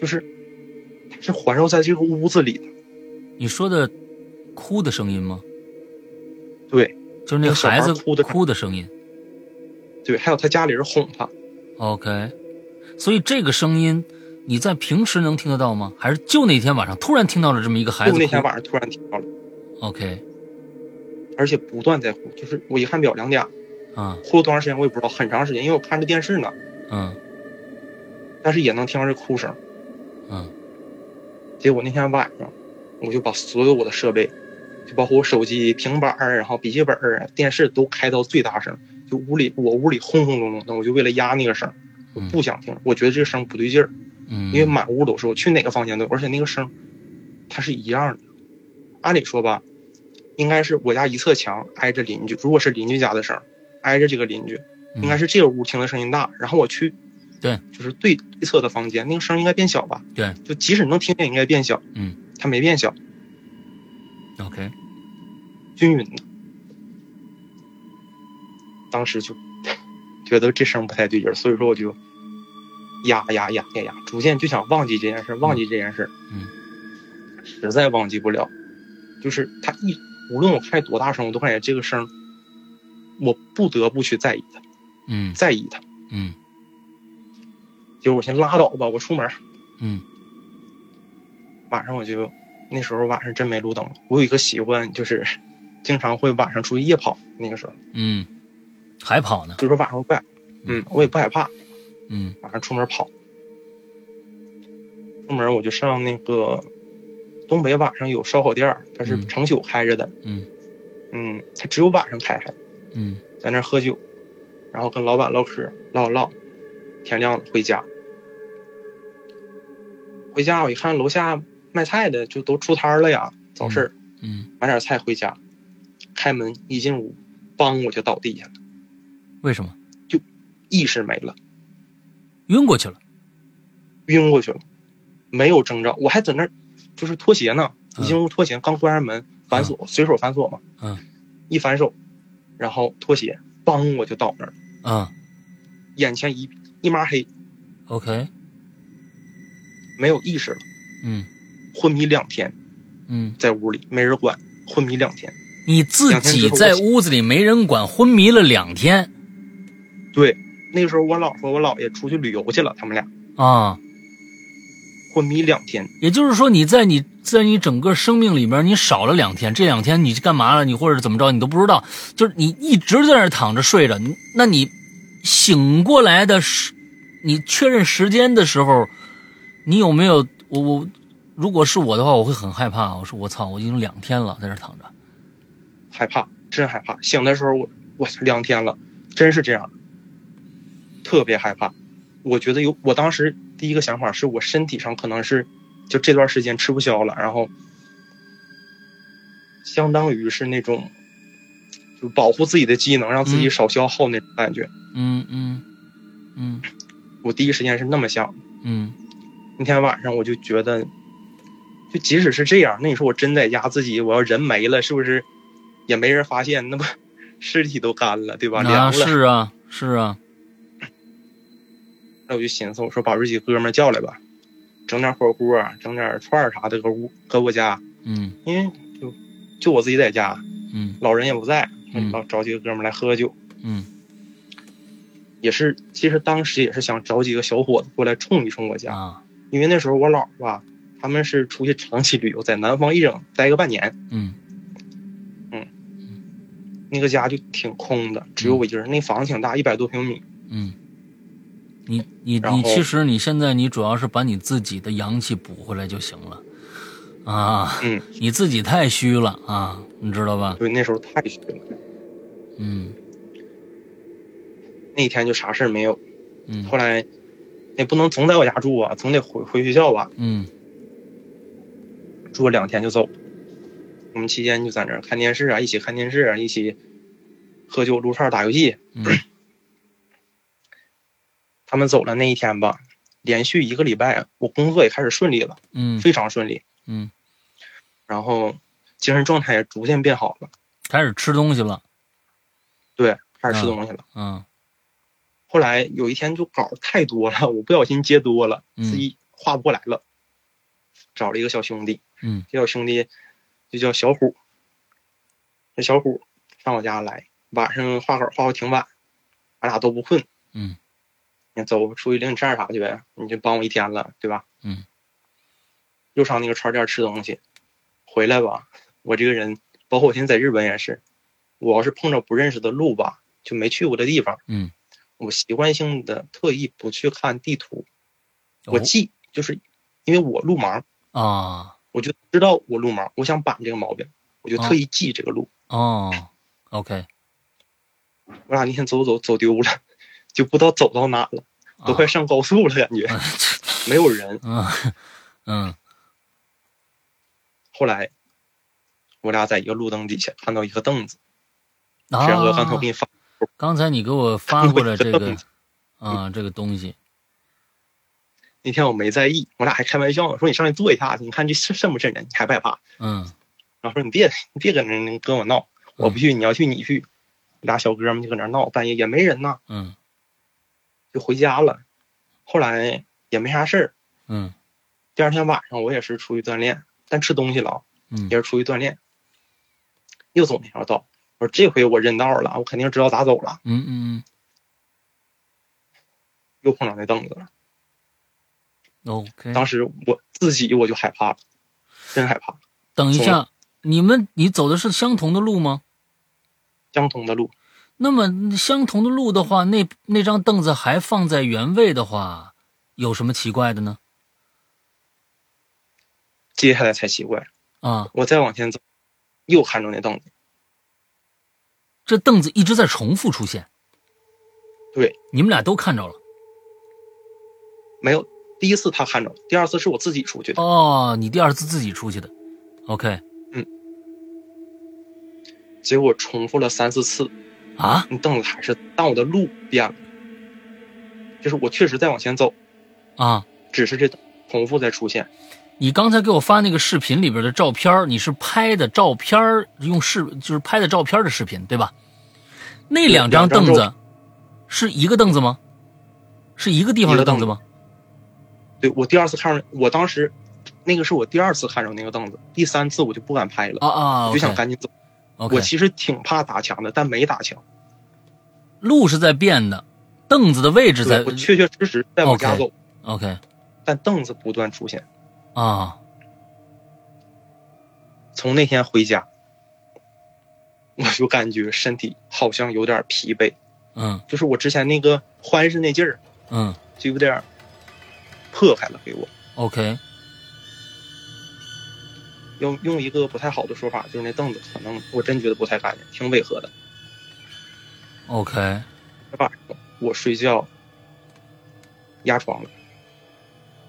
Speaker 3: 就是它是环绕在这个屋子里的。
Speaker 2: 你说的哭的声音吗？
Speaker 3: 对
Speaker 2: 就是那个孩子
Speaker 3: 那个小孩哭的
Speaker 2: 哭的声音。
Speaker 3: 对，还有他家里人哄他，
Speaker 2: OK，所以这个声音你在平时能听得到吗？还是就那天晚上突然听到了这么一个孩
Speaker 3: 就
Speaker 2: 子哭
Speaker 3: 那天晚上突然听到了，
Speaker 2: ？OK，
Speaker 3: 而且不断在哭，就是我一看表两点，
Speaker 2: 啊
Speaker 3: 哭了多长时间我也不知道，很长时间，因为我看着电视呢，
Speaker 2: 嗯
Speaker 3: 但是也能听到这哭声。
Speaker 2: 嗯
Speaker 3: 结果那天晚上，我就把所有我的设备，就包括我手机、平板儿，然后笔记本儿、啊电视都开到最大声，就屋里我屋里轰轰隆隆的，我就为了压那个声儿，我不想听，我觉得这个声儿不对劲儿，
Speaker 2: 嗯，
Speaker 3: 因为满屋都是，我去哪个房间都有，而且那个声儿它是一样的。按理说吧，应该是我家一侧墙挨着邻居，如果是邻居家的声儿，挨着这个邻居，
Speaker 2: 嗯
Speaker 3: 应该是这个屋听的声音大，然后我去，
Speaker 2: 对，
Speaker 3: 就是对对侧的房间，那个声儿应该变小吧？
Speaker 2: 对，
Speaker 3: 就即使能听见，应该变小。
Speaker 2: 嗯，
Speaker 3: 它没变小，
Speaker 2: OK，
Speaker 3: 均匀的。当时就 觉得这声儿不太对劲儿，所以说我就压压压压压，逐渐就想忘记这件事儿，忘记这件事儿。
Speaker 2: 嗯，
Speaker 3: 实在忘记不了，就是它一无论我开多大声，我都感觉这个声儿，我不得不去在意它，
Speaker 2: 嗯
Speaker 3: 在意它。
Speaker 2: 嗯
Speaker 3: 结果我先拉倒吧，我出门儿。
Speaker 2: 嗯
Speaker 3: 晚上我就那时候晚上真没路灯，我有一个习惯就是经常会晚上出去夜跑。那个时候
Speaker 2: 嗯，还跑呢，
Speaker 3: 就是晚上我不害，
Speaker 2: 嗯
Speaker 3: 嗯，我也不害怕，
Speaker 2: 嗯
Speaker 3: 晚上出门跑。出门我就上那个东北晚上有烧烤店儿，它是
Speaker 2: 嗯
Speaker 3: 成宿开着的，
Speaker 2: 嗯
Speaker 3: 嗯，它只有晚上开开，
Speaker 2: 嗯
Speaker 3: 在那儿喝酒，然后跟老板唠嗑唠啊唠，天亮了回家。回家我一看楼下卖菜的就都出摊儿了呀，早市儿。
Speaker 2: 嗯，
Speaker 3: 买点菜回家，开门一进屋，梆我就倒地下了，
Speaker 2: 为什么
Speaker 3: 意识没了，
Speaker 2: 晕过去了？
Speaker 3: 晕过去了，没有征兆，我还在那儿就是脱鞋呢，
Speaker 2: 嗯
Speaker 3: 一进屋脱鞋，刚关上门，反锁，随手反锁嘛，
Speaker 2: 嗯，
Speaker 3: 一反手，然后脱鞋，梆我就倒那儿了，
Speaker 2: 啊
Speaker 3: 眼前一一抹黑，
Speaker 2: ，OK，
Speaker 3: 没有意识了，
Speaker 2: 嗯
Speaker 3: 昏迷两天，
Speaker 2: 嗯，
Speaker 3: 在屋里没人管，昏迷两天，
Speaker 2: 你自己在屋子里没人管，昏迷了两天
Speaker 3: 对，那个时候我老婆我姥爷出去旅游去了，他们俩
Speaker 2: 啊，
Speaker 3: 昏迷两天，
Speaker 2: 也就是说你在你在你整个生命里边你少了两天，这两天你干嘛了？你或者怎么着你都不知道，就是你一直在那儿躺着睡着，你那你醒过来的时，你确认时间的时候，你有没有我我？如果是我的话，我会很害怕。我说我操，我已经两天了，在这儿躺着。
Speaker 3: 害怕，真害怕。醒的时候我我两天了，真是这样，特别害怕。我觉得有，我当时第一个想法是我身体上可能是就这段时间吃不消了，然后相当于是那种就保护自己的机能，让自己
Speaker 2: 嗯
Speaker 3: 少消耗那种感觉。
Speaker 2: 嗯嗯嗯
Speaker 3: 我第一时间是那么想的。
Speaker 2: 嗯
Speaker 3: 那天晚上我就觉得，就即使是这样，那你说我真得压自己，我要人没了，是不是也没人发现？那不尸体都干了，对吧？
Speaker 2: 啊，
Speaker 3: 凉了。
Speaker 2: 是啊，是啊，
Speaker 3: 那我就寻思，我说把瑞几哥们儿叫来吧，整点火锅啊，整点串儿啥的，搁屋搁我家，
Speaker 2: 嗯
Speaker 3: 因为就就我自己在家，
Speaker 2: 嗯
Speaker 3: 老人也不在
Speaker 2: 嗯，
Speaker 3: 老找几个哥们儿来喝酒，
Speaker 2: 嗯
Speaker 3: 也是其实当时也是想找几个小伙子过来冲一冲我家，
Speaker 2: 啊，
Speaker 3: 因为那时候我姥儿吧，他们是出去长期旅游，在南方一整待个半年，
Speaker 2: 嗯
Speaker 3: 那个家就挺空的，只有我一人，那房挺大，一百多平米，
Speaker 2: 嗯，你你
Speaker 3: 然后
Speaker 2: 你，其实你现在你主要是把你自己的阳气补回来就行了啊，
Speaker 3: 嗯，
Speaker 2: 你自己太虚了啊，你知道吧？
Speaker 3: 对，那时候太虚了，
Speaker 2: 嗯
Speaker 3: 那天就啥事儿没有，
Speaker 2: 嗯
Speaker 3: 后来。也不能总在我家住啊，总得回回学校吧。
Speaker 2: 嗯
Speaker 3: 住了两天就走了。我们期间就在那儿看电视啊，一起看电视啊，一起喝酒、撸串、打游戏。
Speaker 2: 嗯
Speaker 3: 他们走了那一天吧，连续一个礼拜，我工作也开始顺利了，
Speaker 2: 嗯
Speaker 3: 非常顺利，
Speaker 2: 嗯，
Speaker 3: 然后精神状态也逐渐变好了，
Speaker 2: 开始吃东西了，
Speaker 3: 对，开始吃东西了。
Speaker 2: 嗯
Speaker 3: 后来有一天就稿太多了，我不小心接多了，
Speaker 2: 嗯
Speaker 3: 自己画不过来了，找了一个小兄弟，
Speaker 2: 嗯，
Speaker 3: 这小兄弟就叫小虎，这小虎上我家来，晚上画稿画到挺晚，俺俩都不困，
Speaker 2: 嗯，
Speaker 3: 你走出去领你吃点啥去呗，你就帮我一天了，对吧？
Speaker 2: 嗯，
Speaker 3: 又上那个串店吃东西，回来吧，我这个人，包括我现在在日本也是，我要是碰着不认识的路吧，就没去过的地方，
Speaker 2: 嗯，
Speaker 3: 我习惯性的特意不去看地图，
Speaker 2: 哦
Speaker 3: 我记就是因为我路盲，
Speaker 2: 啊，
Speaker 3: 我就知道我露毛，我想板这个毛病，我就特意记这个路。
Speaker 2: 哦，OK，
Speaker 3: 我俩那天走走走丢了，就不知道走到哪了，
Speaker 2: 啊
Speaker 3: 都快上高速了，感觉、没有人。
Speaker 2: 嗯嗯
Speaker 3: 后来我俩在一个路灯底下看到一个凳子，
Speaker 2: 啊
Speaker 3: 沈阳哥刚才我给你发，
Speaker 2: 刚才你给我发过了这
Speaker 3: 我
Speaker 2: 个
Speaker 3: 也，
Speaker 2: 啊，这个东西，
Speaker 3: 那天我没在意，我俩还开玩笑呢，说你上去坐一下子，你看这瘆不瘆人？你害不害怕？
Speaker 2: 嗯
Speaker 3: 然后说你别你别搁那跟我闹，我不去，你要去你去。俩小哥们就搁那闹，半夜也没人呐，
Speaker 2: 嗯
Speaker 3: 就回家了。后来也没啥事儿。
Speaker 2: 嗯
Speaker 3: 第二天晚上我也是出去锻炼，但吃东西了啊，
Speaker 2: 嗯
Speaker 3: 也是出去锻炼，又走那条道。我说这回我认道了，我肯定知道咋走了。
Speaker 2: 嗯嗯
Speaker 3: 又碰上那凳子了，
Speaker 2: 嗯，OK，
Speaker 3: 当时我自己我就害怕了，真害怕。
Speaker 2: 等一
Speaker 3: 从
Speaker 2: 下，你们你走的是相同的路吗？
Speaker 3: 相同的路，
Speaker 2: 那么相同的路的话，那那张凳子还放在原位的话，有什么奇怪的呢？
Speaker 3: 接下来才奇怪，
Speaker 2: 啊，
Speaker 3: 我再往前走，又看着那凳子，
Speaker 2: 这凳子一直在重复出现。
Speaker 3: 对，
Speaker 2: 你们俩都看着了。
Speaker 3: 没有。第一次他看着了，第二次是我自己出去的。
Speaker 2: 哦，你第二次自己出去的。OK
Speaker 3: 结果重复了三四次，
Speaker 2: 啊，
Speaker 3: 那凳子还是，但我的路变了，就是我确实在往前走，
Speaker 2: 啊，
Speaker 3: 只是这重复在出现。
Speaker 2: 你刚才给我发那个视频里边的照片儿，你是拍的照片儿，用视就是拍的照片儿的视频，对吧？那两张凳
Speaker 3: 两张
Speaker 2: 子是一个凳子吗？是一个地方的凳子吗？
Speaker 3: 对我第二次看着，我当时那个是我第二次看着那个凳子，第三次我就不敢拍了，
Speaker 2: 啊啊
Speaker 3: 我就想赶紧走。
Speaker 2: OK，
Speaker 3: 我其实挺怕打墙的，但没打墙。
Speaker 2: 路是在变的，凳子的位置在
Speaker 3: 对我确确实实在往家
Speaker 2: OK
Speaker 3: 走，
Speaker 2: OK
Speaker 3: 但凳子不断出现。
Speaker 2: 啊，
Speaker 3: 从那天回家，我就感觉身体好像有点疲惫，
Speaker 2: 嗯
Speaker 3: 就是我之前那个欢实那劲儿
Speaker 2: 嗯
Speaker 3: 就有点破开了给我。
Speaker 2: OK
Speaker 3: 用用一个不太好的说法，就是那凳子可能我真觉得不太干净，挺违和的。
Speaker 2: OK，
Speaker 3: 晚上我睡觉压床了，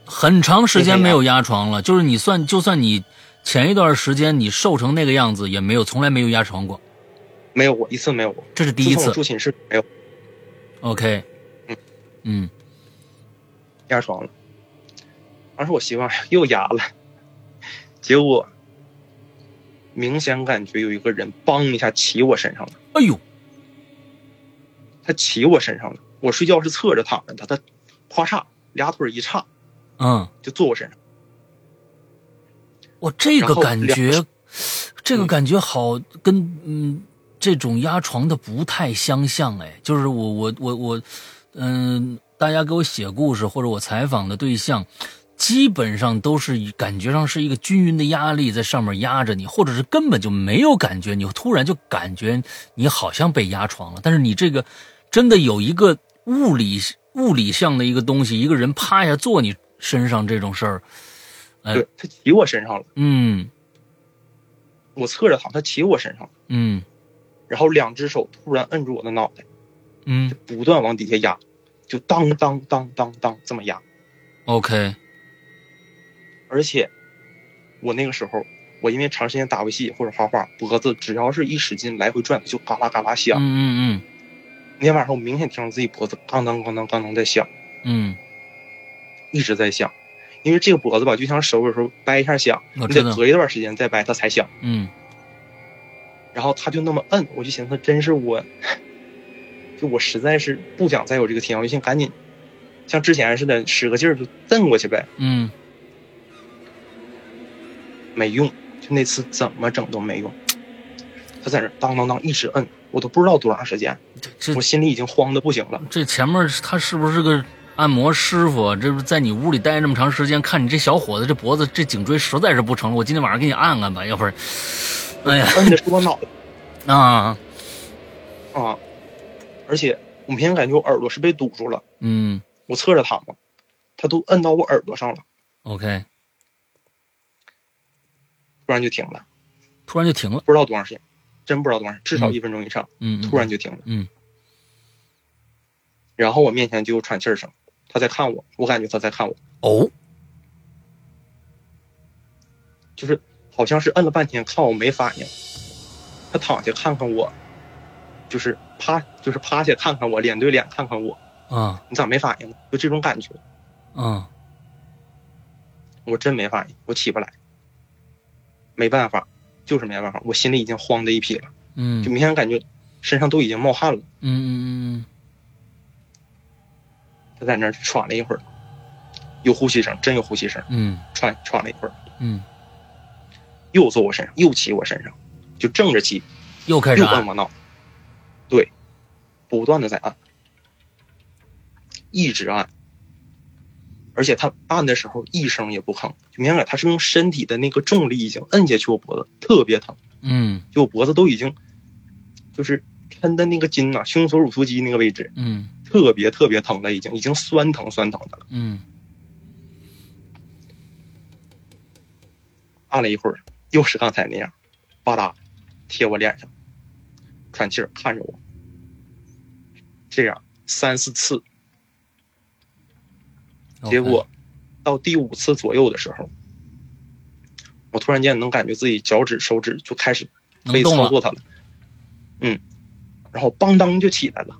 Speaker 2: 很长时间没有压床了，就是你算就算你前一段时间你瘦成那个样子，也没有从来没有压床过，
Speaker 3: 没有我一次没有我，
Speaker 2: 这是第一
Speaker 3: 自从
Speaker 2: 次
Speaker 3: 我。住寝室没有
Speaker 2: OK，
Speaker 3: 嗯
Speaker 2: 嗯
Speaker 3: 压床了。当时我希望 又压了，结果明显感觉有一个人梆一下骑我身上了。
Speaker 2: 哎呦，
Speaker 3: 他骑我身上了。我睡觉是侧着躺着的，他夸嚓俩腿一叉
Speaker 2: 嗯，
Speaker 3: 就坐我身上。
Speaker 2: 我这个
Speaker 3: 然后
Speaker 2: 感觉
Speaker 3: 两，嗯
Speaker 2: 这个感觉好跟嗯这种压床的不太相像哎，就是我我我我，嗯、大家给我写故事或者我采访的对象。基本上都是以感觉上是一个均匀的压力在上面压着你，或者是根本就没有感觉，你突然就感觉你好像被压床了。但是你这个真的有一个物理物理上的一个东西，一个人趴下坐你身上这种事儿，哎
Speaker 3: 对他骑我身上了，
Speaker 2: 嗯
Speaker 3: 我侧着躺，他骑我身上了，
Speaker 2: 嗯
Speaker 3: 然后两只手突然摁住我的脑袋，
Speaker 2: 嗯
Speaker 3: 就不断往底下压，就当当当当当这么压。
Speaker 2: ，OK，
Speaker 3: 而且我那个时候，我因为长时间打游戏或者画画，脖子只要是一使劲来回转，就嘎啦嘎啦响。
Speaker 2: 嗯嗯
Speaker 3: 那天晚上我明显听着自己脖子当当当当当当在响，
Speaker 2: 嗯
Speaker 3: 一直在响。因为这个脖子吧，就像手有时候掰一下响，
Speaker 2: 我
Speaker 3: 你
Speaker 2: 知
Speaker 3: 得
Speaker 2: 道
Speaker 3: 隔一段时间再掰它才响。
Speaker 2: 嗯嗯
Speaker 3: 然后他就那么摁，我就寻思，真是我， 就我实在是不想再有这个啊天，我就想赶紧像之前似的使个劲儿就蹬过去呗，
Speaker 2: 嗯
Speaker 3: 没用，就那次怎么整都没用。他在那儿当当当一直摁，我都不知道多长时间，
Speaker 2: 这这
Speaker 3: 我心里已经慌的不行了。
Speaker 2: 这前面他是不是个按摩师傅啊？这不是在你屋里待这么长时间，看你这小伙子这脖子这颈椎实在是不成了，我今天晚上给你按按吧，要不然，哎呀
Speaker 3: 摁的是我脑袋
Speaker 2: 啊，
Speaker 3: 啊，而且我明显感觉我耳朵是被堵住了，
Speaker 2: 嗯
Speaker 3: 我侧着躺嘛，他都摁到我耳朵上了。
Speaker 2: ，OK，
Speaker 3: 突然就停了，
Speaker 2: 突然就停了，
Speaker 3: 不知道多长时间，真不知道多长时间，至少
Speaker 2: 嗯
Speaker 3: 一分钟以上，
Speaker 2: 嗯，嗯
Speaker 3: 突然就停了。
Speaker 2: 嗯
Speaker 3: 然后我面前就有喘气儿声，他在看我，我感觉他在看我，
Speaker 2: 哦，
Speaker 3: 就是好像是摁了半天，看我没反应，他躺下看看我，就是趴，就是趴下看看我，脸对脸看看我，
Speaker 2: 啊
Speaker 3: 你咋没反应呢？就这种感觉，
Speaker 2: 啊
Speaker 3: 我真没反应，我起不来，没办法，就是没办法，我心里已经慌的一批了，
Speaker 2: 嗯
Speaker 3: 就明显感觉身上都已经冒汗了。
Speaker 2: 嗯嗯嗯
Speaker 3: 他在那儿喘了一会儿，有呼吸声，真有呼吸声，
Speaker 2: 嗯
Speaker 3: 喘喘了一会儿，
Speaker 2: 嗯，
Speaker 3: 又坐我身上，又骑我身上，就正着骑，
Speaker 2: 又开始
Speaker 3: 又按
Speaker 2: 按，
Speaker 3: 我脑，对，不断的在按，一直按，而且他按的时候一声也不吭，就明显感他是用身体的那个重力已经摁下去我脖子，特别疼，
Speaker 2: 嗯
Speaker 3: 就我脖子都已经就是抻的那个筋呐、胸锁乳突肌那个位置，
Speaker 2: 嗯
Speaker 3: 特别特别疼了，已经已经酸疼酸疼的了。
Speaker 2: 嗯
Speaker 3: 按了一会儿，又是刚才那样，吧嗒，贴我脸上，喘气儿看着我，这样三四次，
Speaker 2: ，OK，
Speaker 3: 结果到第五次左右的时候，我突然间能感觉自己脚趾、手指就开始可
Speaker 2: 能
Speaker 3: 以
Speaker 2: 动
Speaker 3: 操
Speaker 2: 了，
Speaker 3: 作它了，嗯，然后邦当就起来了，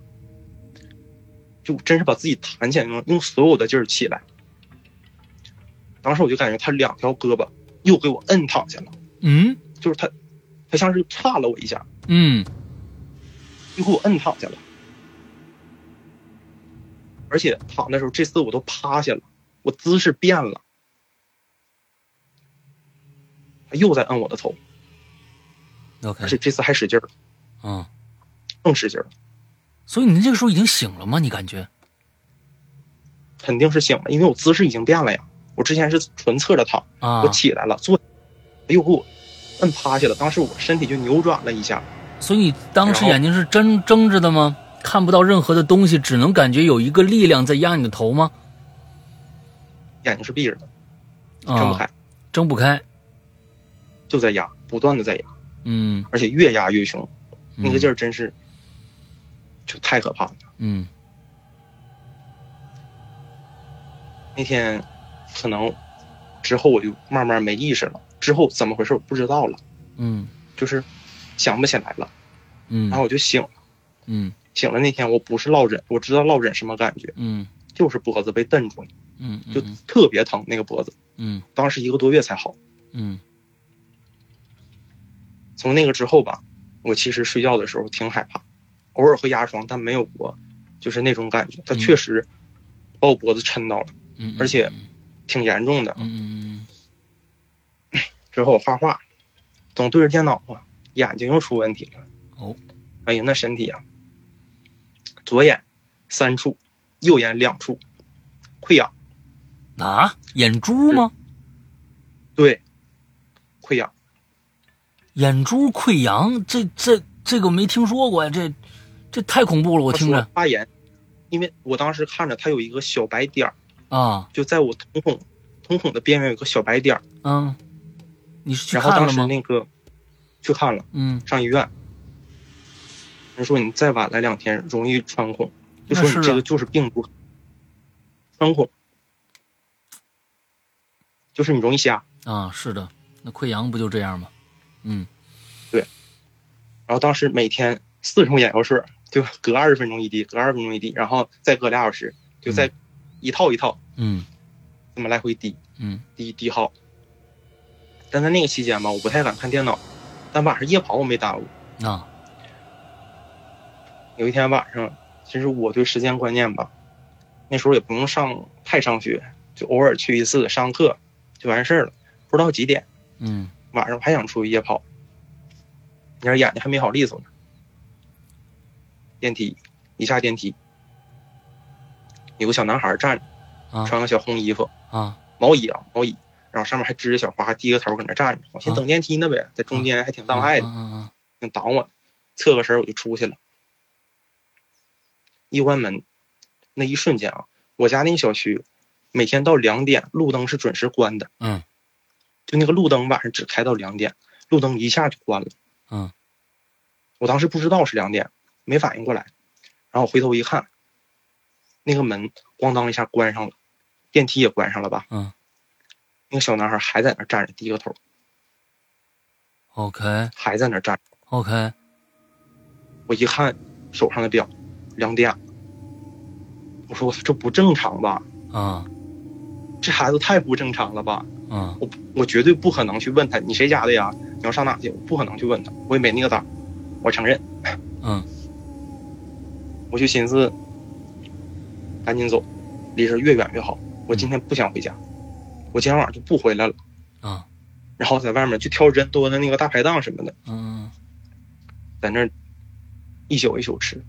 Speaker 3: 就真是把自己弹起来，用用所有的劲儿起来。当时我就感觉他两条胳膊又给我摁躺下了，
Speaker 2: 嗯
Speaker 3: 就是他，他像是岔了我一下，
Speaker 2: 嗯
Speaker 3: 又给我摁躺下了。而且躺的时候，这次我都趴下了，我姿势变了。他又在摁我的头，
Speaker 2: ，OK，
Speaker 3: 而且这次还使劲儿，
Speaker 2: 嗯，
Speaker 3: 更使劲儿，
Speaker 2: 所以您这个时候已经醒了吗？你感觉？
Speaker 3: 肯定是醒了，因为我姿势已经变了呀。我之前是纯侧着躺，
Speaker 2: 啊
Speaker 3: 我，起来了，坐，又给我摁趴下了。当时我身体就扭转了一下，
Speaker 2: 所以你当时
Speaker 3: 然后
Speaker 2: 眼睛是睁睁着的吗？看不到任何的东西，只能感觉有一个力量在压你的头吗？
Speaker 3: 眼睛是闭着的，
Speaker 2: 啊，
Speaker 3: 睁不开，，
Speaker 2: 睁不开。
Speaker 3: 就在压，不断的在压，
Speaker 2: 嗯，
Speaker 3: 而且越压越凶，那个劲
Speaker 2: 儿，
Speaker 3: 儿真是就太可怕了。
Speaker 2: 嗯
Speaker 3: 那天可能之后我就慢慢没意识了，之后怎么回事我不知道了，
Speaker 2: 嗯
Speaker 3: 就是想不起来了。
Speaker 2: 嗯
Speaker 3: 然后我就醒了，
Speaker 2: 嗯
Speaker 3: 醒了那天我不是落枕，我知道落枕什么感觉，
Speaker 2: 嗯
Speaker 3: 就是脖子被蹬住了，
Speaker 2: 嗯，
Speaker 3: 就特别疼那个脖子，
Speaker 2: 嗯
Speaker 3: 当时一个多月才好。
Speaker 2: 嗯
Speaker 3: 从那个之后吧，我其实睡觉的时候挺害怕，偶尔会压床，但没有过就是那种感觉。它
Speaker 2: 嗯
Speaker 3: 确实把我脖子抻到了，
Speaker 2: 嗯，
Speaker 3: 而且挺严重的。
Speaker 2: 嗯嗯
Speaker 3: 之后画画，总对着电脑啊，眼睛又出问题了。
Speaker 2: 哦，
Speaker 3: 哎呀，那身体啊，左眼三处，右眼两处，溃疡，
Speaker 2: 嗯，啊，眼珠吗？
Speaker 3: 对，溃疡，
Speaker 2: 眼珠溃疡，这这这个没听说过呀，这这太恐怖了，我
Speaker 3: 我
Speaker 2: 听着
Speaker 3: 发炎，因为我当时看着它有一个小白点儿，
Speaker 2: 啊，
Speaker 3: 就在我瞳孔瞳孔的边缘有个小白点儿，
Speaker 2: 嗯，你是去
Speaker 3: 然后
Speaker 2: 看
Speaker 3: 当
Speaker 2: 了
Speaker 3: 时
Speaker 2: 吗？
Speaker 3: 那个去看了，
Speaker 2: 嗯，
Speaker 3: 上医院，人说你再晚来两天容易穿孔，就说
Speaker 2: 那
Speaker 3: 你
Speaker 2: 是啊
Speaker 3: 这个就是病毒，穿孔，就是你容易瞎。
Speaker 2: 啊，是的，那溃疡不就这样吗？嗯
Speaker 3: 然后当时每天四十目眼药水，就隔二十分钟一滴，隔二十分钟一滴，然后再隔俩小时，就再一套一套
Speaker 2: 嗯
Speaker 3: 这么来回滴
Speaker 2: 嗯
Speaker 3: 滴滴好。但在那个期间吧，我不太敢看电脑，但晚上夜跑我没耽误。
Speaker 2: 啊，
Speaker 3: 有一天晚上，其实我对时间观念吧，那时候也不用上太上学，就偶尔去一次上课就完事儿了，不知道几点。
Speaker 2: 嗯
Speaker 3: 晚上我还想出去夜跑，你看眼睛还没好利索呢。电梯一下电梯，有个小男孩站着，
Speaker 2: 啊
Speaker 3: 穿个小红衣服，
Speaker 2: 啊
Speaker 3: 毛衣啊毛衣，然后上面还支着小花，低个头搁那站着。我寻
Speaker 2: 啊
Speaker 3: 思等电梯呢呗，在中间还挺当爱的。
Speaker 2: 啊
Speaker 3: 就挡我，侧个身儿我就出去了。一关门，那一瞬间啊，我家那个小区每天到两点路灯是准时关的。
Speaker 2: 嗯，
Speaker 3: 就那个路灯晚上只开到两点，路灯一下就关了。
Speaker 2: 嗯，
Speaker 3: 我当时不知道是两点，没反应过来，然后我回头一看，那个门咣当一下关上了，电梯也关上了吧？
Speaker 2: 嗯，
Speaker 3: 那个小男孩还在那儿站着，低个头，
Speaker 2: ，OK
Speaker 3: 还在那儿站着。
Speaker 2: OK，
Speaker 3: 我一看手上的表，两点。我说我操，这不正常吧？
Speaker 2: 啊
Speaker 3: 这孩子太不正常了吧？
Speaker 2: 啊
Speaker 3: 我我绝对不可能去问他你谁家的呀？你要上哪去？我不可能去问他，我也没那个胆儿，我承认。
Speaker 2: 嗯
Speaker 3: 我就寻思，赶紧走，离这儿越远越好。我今天不想回家，我今天晚上就不回来了。
Speaker 2: 啊
Speaker 3: 然后在外面去挑人多的那个大排档什么的，
Speaker 2: 嗯
Speaker 3: 在那儿一宿一宿吃。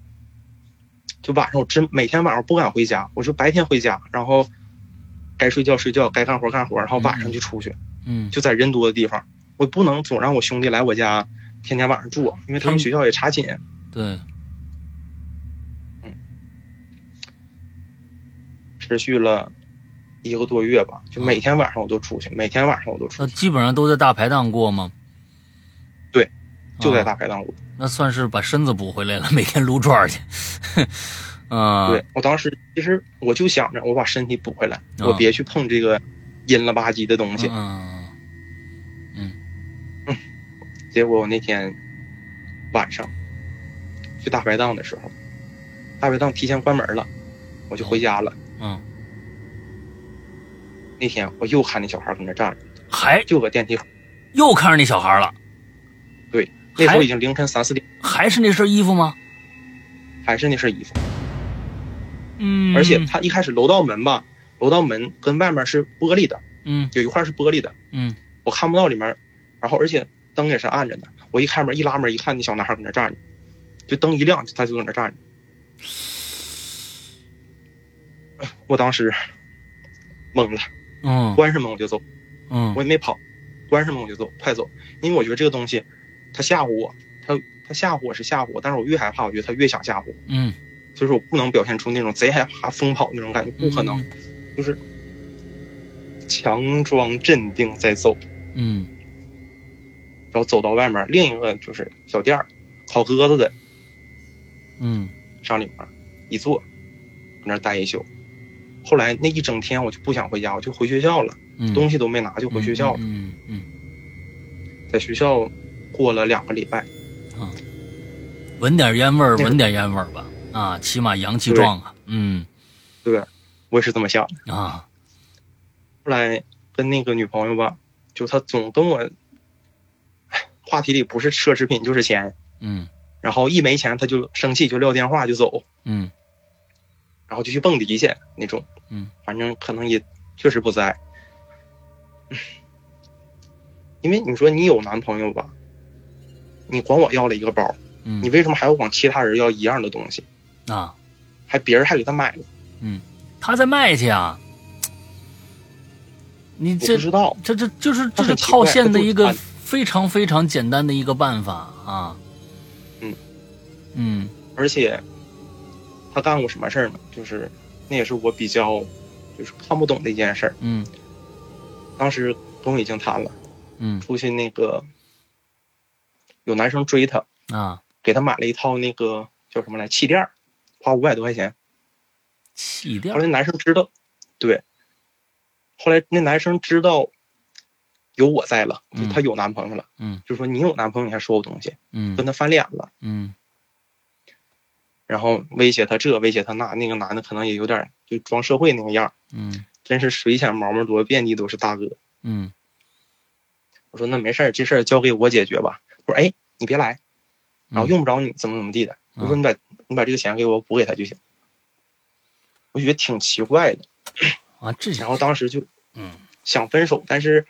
Speaker 3: 就晚上我真每天晚上不敢回家，我就白天回家，然后该睡觉睡觉，该干活干活，然后晚上就出去，
Speaker 2: 嗯，
Speaker 3: 就在人多的地方。我不能总让我兄弟来我家，天天晚上住，因为
Speaker 2: 嗯
Speaker 3: 他们学校也查寝。
Speaker 2: 对，
Speaker 3: 持续了一个多月吧，就
Speaker 2: 嗯
Speaker 3: 每天晚上我都出去，每天晚上我都出
Speaker 2: 那
Speaker 3: 去，
Speaker 2: 基本上都在大排档过吗？
Speaker 3: 对，就在
Speaker 2: 啊
Speaker 3: 大排档屋。
Speaker 2: 那算是把身子补回来了，每天撸串儿去。 啊，
Speaker 3: 对我当时其实我就想着，我把身体补回来，
Speaker 2: 啊
Speaker 3: 我别去碰这个阴了吧唧的东西。
Speaker 2: 嗯，
Speaker 3: 结果我那天晚上去大排档的时候，大排档提前关门了，我就回家了。
Speaker 2: 嗯，
Speaker 3: 那天我又看那小孩搁那站着，
Speaker 2: 还
Speaker 3: 就搁电梯口。
Speaker 2: 又看上那小孩儿了，
Speaker 3: 对，那时
Speaker 2: 还
Speaker 3: 候已经凌晨三四点，
Speaker 2: 还是那身衣服吗？
Speaker 3: 还是那身衣服，
Speaker 2: 嗯，
Speaker 3: 而且他一开始楼道门吧，楼道门跟外面是玻璃的，
Speaker 2: 嗯
Speaker 3: 有一块是玻璃的，
Speaker 2: 嗯
Speaker 3: 我看不到里面，然后而且灯也是暗着的。我一开门一拉门一看，那小男孩搁那站着，就灯一亮，他就搁那站着。 我当时懵了，
Speaker 2: 嗯
Speaker 3: 关上门我就走，
Speaker 2: 嗯
Speaker 3: 我也没跑，关上门我就走，快走，因为我觉得这个东西，他吓唬我，他他吓唬我是吓唬我，但是我越害怕，我觉得他越想吓唬我，
Speaker 2: 嗯，
Speaker 3: 所以说我不能表现出那种贼害怕疯跑那种感觉，不可
Speaker 2: 嗯
Speaker 3: 能，就是强装镇定再走。
Speaker 2: 嗯
Speaker 3: 然后走到外面另一个就是小店儿，烤鸽子的，
Speaker 2: 嗯
Speaker 3: 上里面一坐，搁那儿待一宿。后来那一整天我就不想回家，我就回学校了，
Speaker 2: 嗯，
Speaker 3: 东西都没拿就回学校了。
Speaker 2: 嗯嗯，
Speaker 3: 在学校过了两个礼拜，
Speaker 2: 嗯闻点烟味儿，
Speaker 3: 那个
Speaker 2: 闻点烟味儿吧，啊，起码阳气壮啊，嗯
Speaker 3: 我也是这么想的。
Speaker 2: 啊
Speaker 3: 后来跟那个女朋友吧，就她总跟我，唉话题里不是奢侈品就是钱，
Speaker 2: 嗯
Speaker 3: 然后一没钱她就生气，就撂电话就走，
Speaker 2: 嗯
Speaker 3: 然后就去蹦迪去那种。
Speaker 2: 嗯，
Speaker 3: 反正可能也确实不在。嗯因为你说你有男朋友吧，你管我要了一个包，
Speaker 2: 嗯，
Speaker 3: 你为什么还要管其他人要一样的东西？
Speaker 2: 啊，
Speaker 3: 还别人还给他买了，
Speaker 2: 他在卖去啊，你
Speaker 3: 我不
Speaker 2: 这
Speaker 3: 知道。
Speaker 2: 这这就是这
Speaker 3: 他
Speaker 2: 是
Speaker 3: 很奇
Speaker 2: 套
Speaker 3: 怪
Speaker 2: 现
Speaker 3: 他
Speaker 2: 的
Speaker 3: 就
Speaker 2: 一个
Speaker 3: 看
Speaker 2: 非常非常简单的一个办法啊。
Speaker 3: 嗯
Speaker 2: 嗯
Speaker 3: 而且他干过什么事儿呢？就是那也是我比较就是看不懂的一件事儿。
Speaker 2: 嗯
Speaker 3: 当时跟我已经谈了，
Speaker 2: 嗯
Speaker 3: 出去那个有男生追她，
Speaker 2: 啊，
Speaker 3: 给她买了一套那个叫什么来气垫儿，花五百多块钱。
Speaker 2: 气垫
Speaker 3: 后来男生知道，对，后来那男生知道有我在了，就
Speaker 2: 嗯
Speaker 3: 他有男朋友了，
Speaker 2: 嗯，
Speaker 3: 就说你有男朋友你还说我东西，
Speaker 2: 嗯
Speaker 3: 跟他翻脸了，
Speaker 2: 嗯
Speaker 3: 然后威胁他这，威胁他那，那个男的可能也有点就装社会那个样儿，
Speaker 2: 嗯
Speaker 3: 真是水浅毛毛多，遍地都是大哥。
Speaker 2: 嗯
Speaker 3: 我说那没事儿，这事儿交给我解决吧。我说哎，你别来，然后
Speaker 2: 嗯
Speaker 3: 用不着你怎么怎么地的。我说
Speaker 2: 嗯
Speaker 3: 你把你把这个钱给我补给他就行。我觉得挺奇怪的，
Speaker 2: 啊，这
Speaker 3: 然后当时就
Speaker 2: 嗯
Speaker 3: 想分手，但是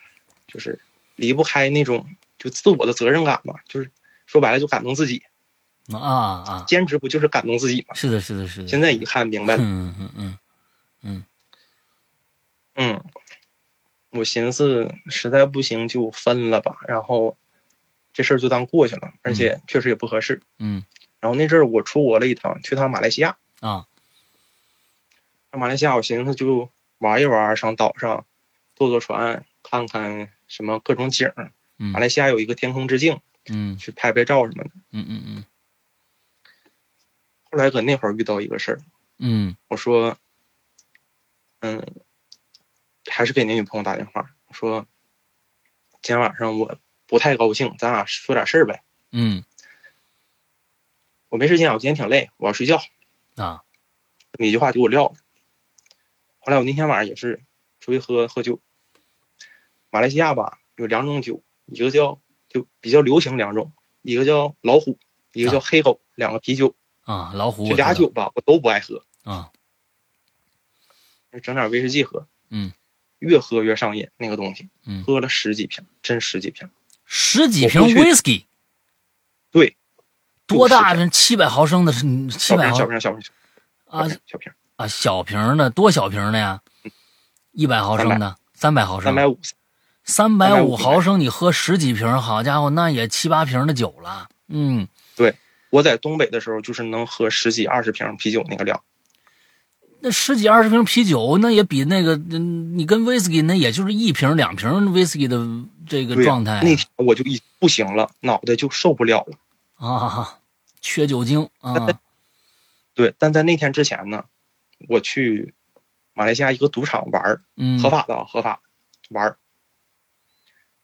Speaker 3: 就是离不开那种就自我的责任感吧，就是说白了就感动自己，
Speaker 2: 啊啊，
Speaker 3: 兼职不就是感动自己吗？
Speaker 2: 是的，是的，是的。
Speaker 3: 现在一看明白了，
Speaker 2: 嗯嗯嗯
Speaker 3: 嗯，我寻思实在不行就分了吧，然后这事儿就当过去了，而且确实也不合适。
Speaker 2: 嗯
Speaker 3: 然后那阵儿我出国了一趟，去趟马来西亚，
Speaker 2: 啊
Speaker 3: 上马来西亚我寻思就玩一玩，上岛上坐坐船，看看什么各种景儿，
Speaker 2: 嗯
Speaker 3: 马来西亚有一个天空之镜，
Speaker 2: 嗯
Speaker 3: 去拍拍照什么的。
Speaker 2: 嗯嗯
Speaker 3: 后来搁那会儿遇到一个事儿，
Speaker 2: 嗯
Speaker 3: 我说，嗯，还是给那女朋友打电话，我说，今天晚上我不太高兴，咱俩说点事儿呗。
Speaker 2: 嗯
Speaker 3: 我没时间，我今天挺累，我要睡觉。
Speaker 2: 嗯啊
Speaker 3: 这么一句话给我撂了。后来我那天晚上也是出去喝喝酒，马来西亚吧有两种酒，一个叫就比较流行两种，一个叫老虎，一个叫黑狗，两个啤酒，
Speaker 2: 啊，老虎我
Speaker 3: 这俩
Speaker 2: 知道
Speaker 3: 酒吧我都不爱喝，
Speaker 2: 啊，
Speaker 3: 整点威士忌喝，
Speaker 2: 嗯，
Speaker 3: 越喝越上瘾那个东西，
Speaker 2: 嗯
Speaker 3: 喝了十几瓶，真十几瓶，
Speaker 2: 十几
Speaker 3: 我
Speaker 2: 瓶
Speaker 3: 回去
Speaker 2: whisky，
Speaker 3: 对，
Speaker 2: 多大
Speaker 3: 就
Speaker 2: 的？七百毫升的，嗯七
Speaker 3: 小
Speaker 2: 百
Speaker 3: 瓶
Speaker 2: 毫
Speaker 3: 小瓶小瓶小
Speaker 2: 啊
Speaker 3: 瓶小瓶，
Speaker 2: 啊，小瓶的多小瓶的呀，一百毫升的，三百毫升
Speaker 3: 三，百五
Speaker 2: 三百五
Speaker 3: 350
Speaker 2: 毫升，你喝十几瓶，好家伙，那也七八瓶的酒了。嗯，
Speaker 3: 我在东北的时候，就是能喝十几二十瓶啤酒那个量，
Speaker 2: 那十几二十瓶啤酒，那也比那个嗯你跟威士忌那也就是一瓶两瓶 whisky 的这个
Speaker 3: 对呀
Speaker 2: 状态
Speaker 3: 那天我就一不行了，脑袋就受不了了。
Speaker 2: 啊，缺酒精 啊
Speaker 3: 对，但在那天之前呢，我去马来西亚一个赌场玩儿，
Speaker 2: 嗯，
Speaker 3: 合法的啊，合法玩儿。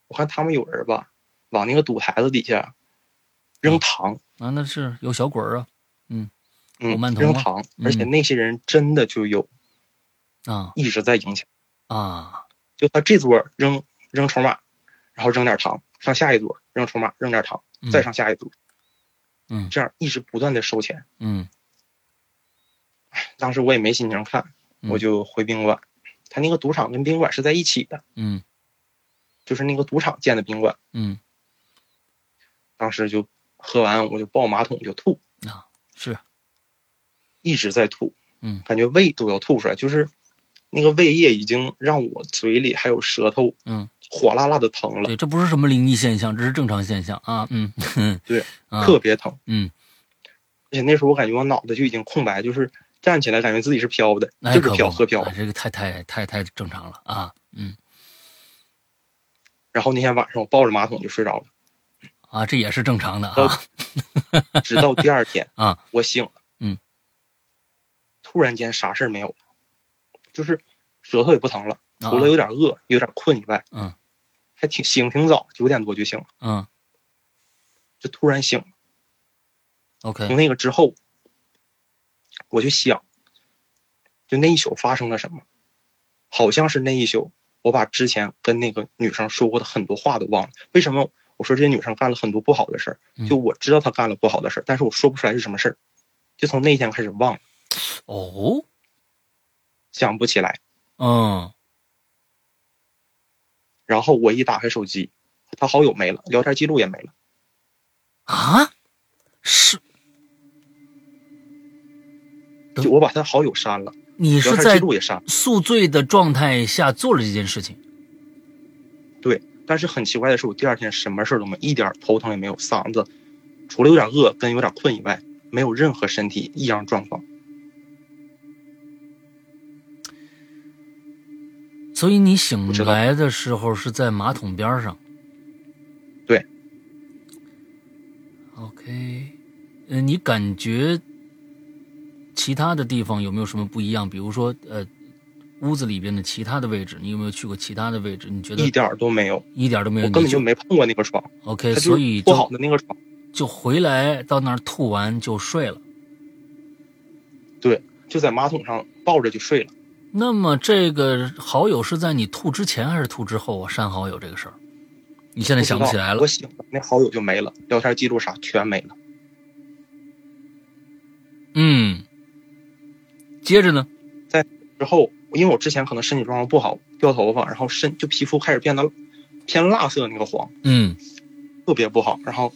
Speaker 3: 我看他们有人吧，往那个赌台子底下扔糖，
Speaker 2: 啊，那是有小鬼儿啊
Speaker 3: 嗯，
Speaker 2: 有曼童
Speaker 3: 扔
Speaker 2: 吗
Speaker 3: 糖，而且
Speaker 2: 嗯
Speaker 3: 那些人真的就有
Speaker 2: 啊
Speaker 3: 一直在赢钱，
Speaker 2: 啊
Speaker 3: 就他这桌扔扔筹码，然后扔点糖，上下一桌扔筹码，扔点糖，
Speaker 2: 嗯
Speaker 3: 再上下一桌，
Speaker 2: 嗯
Speaker 3: 这样一直不断的收钱。
Speaker 2: 嗯
Speaker 3: 当时我也没心情看，我
Speaker 2: 嗯
Speaker 3: 就回宾馆。他那个赌场跟宾馆是在一起的，
Speaker 2: 嗯
Speaker 3: 就是那个赌场建的宾馆。
Speaker 2: 嗯
Speaker 3: 当时就喝完，我就抱马桶就吐，
Speaker 2: 是
Speaker 3: 一直在吐，
Speaker 2: 嗯
Speaker 3: 感觉胃都要吐出来，就是那个胃液已经让我嘴里还有舌头，
Speaker 2: 嗯，
Speaker 3: 火辣辣的疼了，
Speaker 2: 对，这不是什么灵异现象，这是正常现象啊嗯
Speaker 3: 对
Speaker 2: 啊
Speaker 3: 特别疼，
Speaker 2: 嗯
Speaker 3: 而且那时候我感觉我脑袋就已经空白，就是站起来感觉自己是飘的，
Speaker 2: 那
Speaker 3: 就是
Speaker 2: 可
Speaker 3: 飘
Speaker 2: 不
Speaker 3: 喝飘
Speaker 2: 啊，这个太太太太正常了啊嗯
Speaker 3: 然后那天晚上我抱着马桶就睡着了，
Speaker 2: 啊这也是正常的
Speaker 3: 到
Speaker 2: 啊
Speaker 3: 直到第二天
Speaker 2: 啊，
Speaker 3: 我醒了，
Speaker 2: 嗯，
Speaker 3: 突然间啥事儿没有了，就是舌头也不疼了，
Speaker 2: 啊
Speaker 3: 除了有点饿、有点困以外，
Speaker 2: 嗯，
Speaker 3: 还挺醒挺早，九点多就醒了，
Speaker 2: 嗯
Speaker 3: 就突然醒了。从
Speaker 2: OK
Speaker 3: 那个之后，我就想，就那一宿发生了什么，好像是那一宿，我把之前跟那个女生说过的很多话都忘了。为什么我说这些女生干了很多不好的事儿
Speaker 2: 嗯？
Speaker 3: 就我知道她干了不好的事儿，但是我说不出来是什么事儿。就从那一天开始忘了，
Speaker 2: 哦
Speaker 3: 想不起来。
Speaker 2: 嗯
Speaker 3: 然后我一打开手机，她好友没了，聊天记录也没了。
Speaker 2: 啊是等
Speaker 3: 就我把她好友删了，
Speaker 2: 嗯你
Speaker 3: 聊
Speaker 2: 是
Speaker 3: 天记
Speaker 2: 在
Speaker 3: 录也删了。
Speaker 2: 宿醉的状态下做了这件事情
Speaker 3: 但是很奇怪的是，我第二天什么事儿都没，一点儿头疼也没有，嗓子除了有点饿跟有点困以外，没有任何身体异样状况。
Speaker 2: 所以你醒
Speaker 3: 不知道
Speaker 2: 来的时候是在马桶边上。
Speaker 3: 对。
Speaker 2: OK，呃，你感觉其他的地方有没有什么不一样？比如说，呃，屋子里边的其他的位置，你有没有去过其他的位置？你觉得
Speaker 3: 一点儿都没有，
Speaker 2: 一点都没
Speaker 3: 我
Speaker 2: 有？
Speaker 3: 根
Speaker 2: 嗯
Speaker 3: 本
Speaker 2: 你
Speaker 3: 就
Speaker 2: 就
Speaker 3: 没碰过那个床，它
Speaker 2: OK，
Speaker 3: 就
Speaker 2: 所以
Speaker 3: 是铺好
Speaker 2: 就
Speaker 3: 的那个床。
Speaker 2: 就回来到那儿吐完就睡了。
Speaker 3: 对，就在马桶上抱着就睡了。
Speaker 2: 那么这个好友是在你吐之前还是吐之后啊？删好友这个事儿，你现在想不起来
Speaker 3: 知
Speaker 2: 了
Speaker 3: 道我醒了，那好友就没了，聊天记录啥全没了。
Speaker 2: 嗯，接着呢，
Speaker 3: 之后，因为我之前可能身体状况不好，掉头发，然后身就皮肤开始变得偏蜡色那个黄，
Speaker 2: 嗯
Speaker 3: 特别不好，然后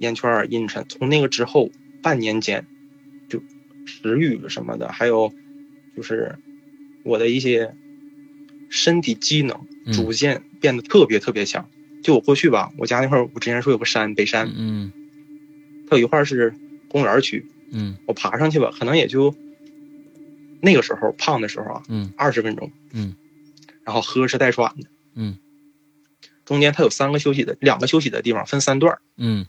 Speaker 3: 眼圈儿阴沉。从那个之后半年间，就食欲什么的，还有就是我的一些身体机能
Speaker 2: 嗯
Speaker 3: 逐渐变得特别特别强。就我过去吧，我家那块儿我之前说有个山，北山，
Speaker 2: 嗯
Speaker 3: 它有一块儿是公园区，
Speaker 2: 嗯
Speaker 3: 我爬上去吧，可能也就那个时候胖的时候啊，
Speaker 2: 嗯
Speaker 3: 二十分钟，
Speaker 2: 嗯，
Speaker 3: 然后呵哧带喘的，
Speaker 2: 嗯，
Speaker 3: 中间它有三个休息的，两个休息的地方分三段儿，
Speaker 2: 嗯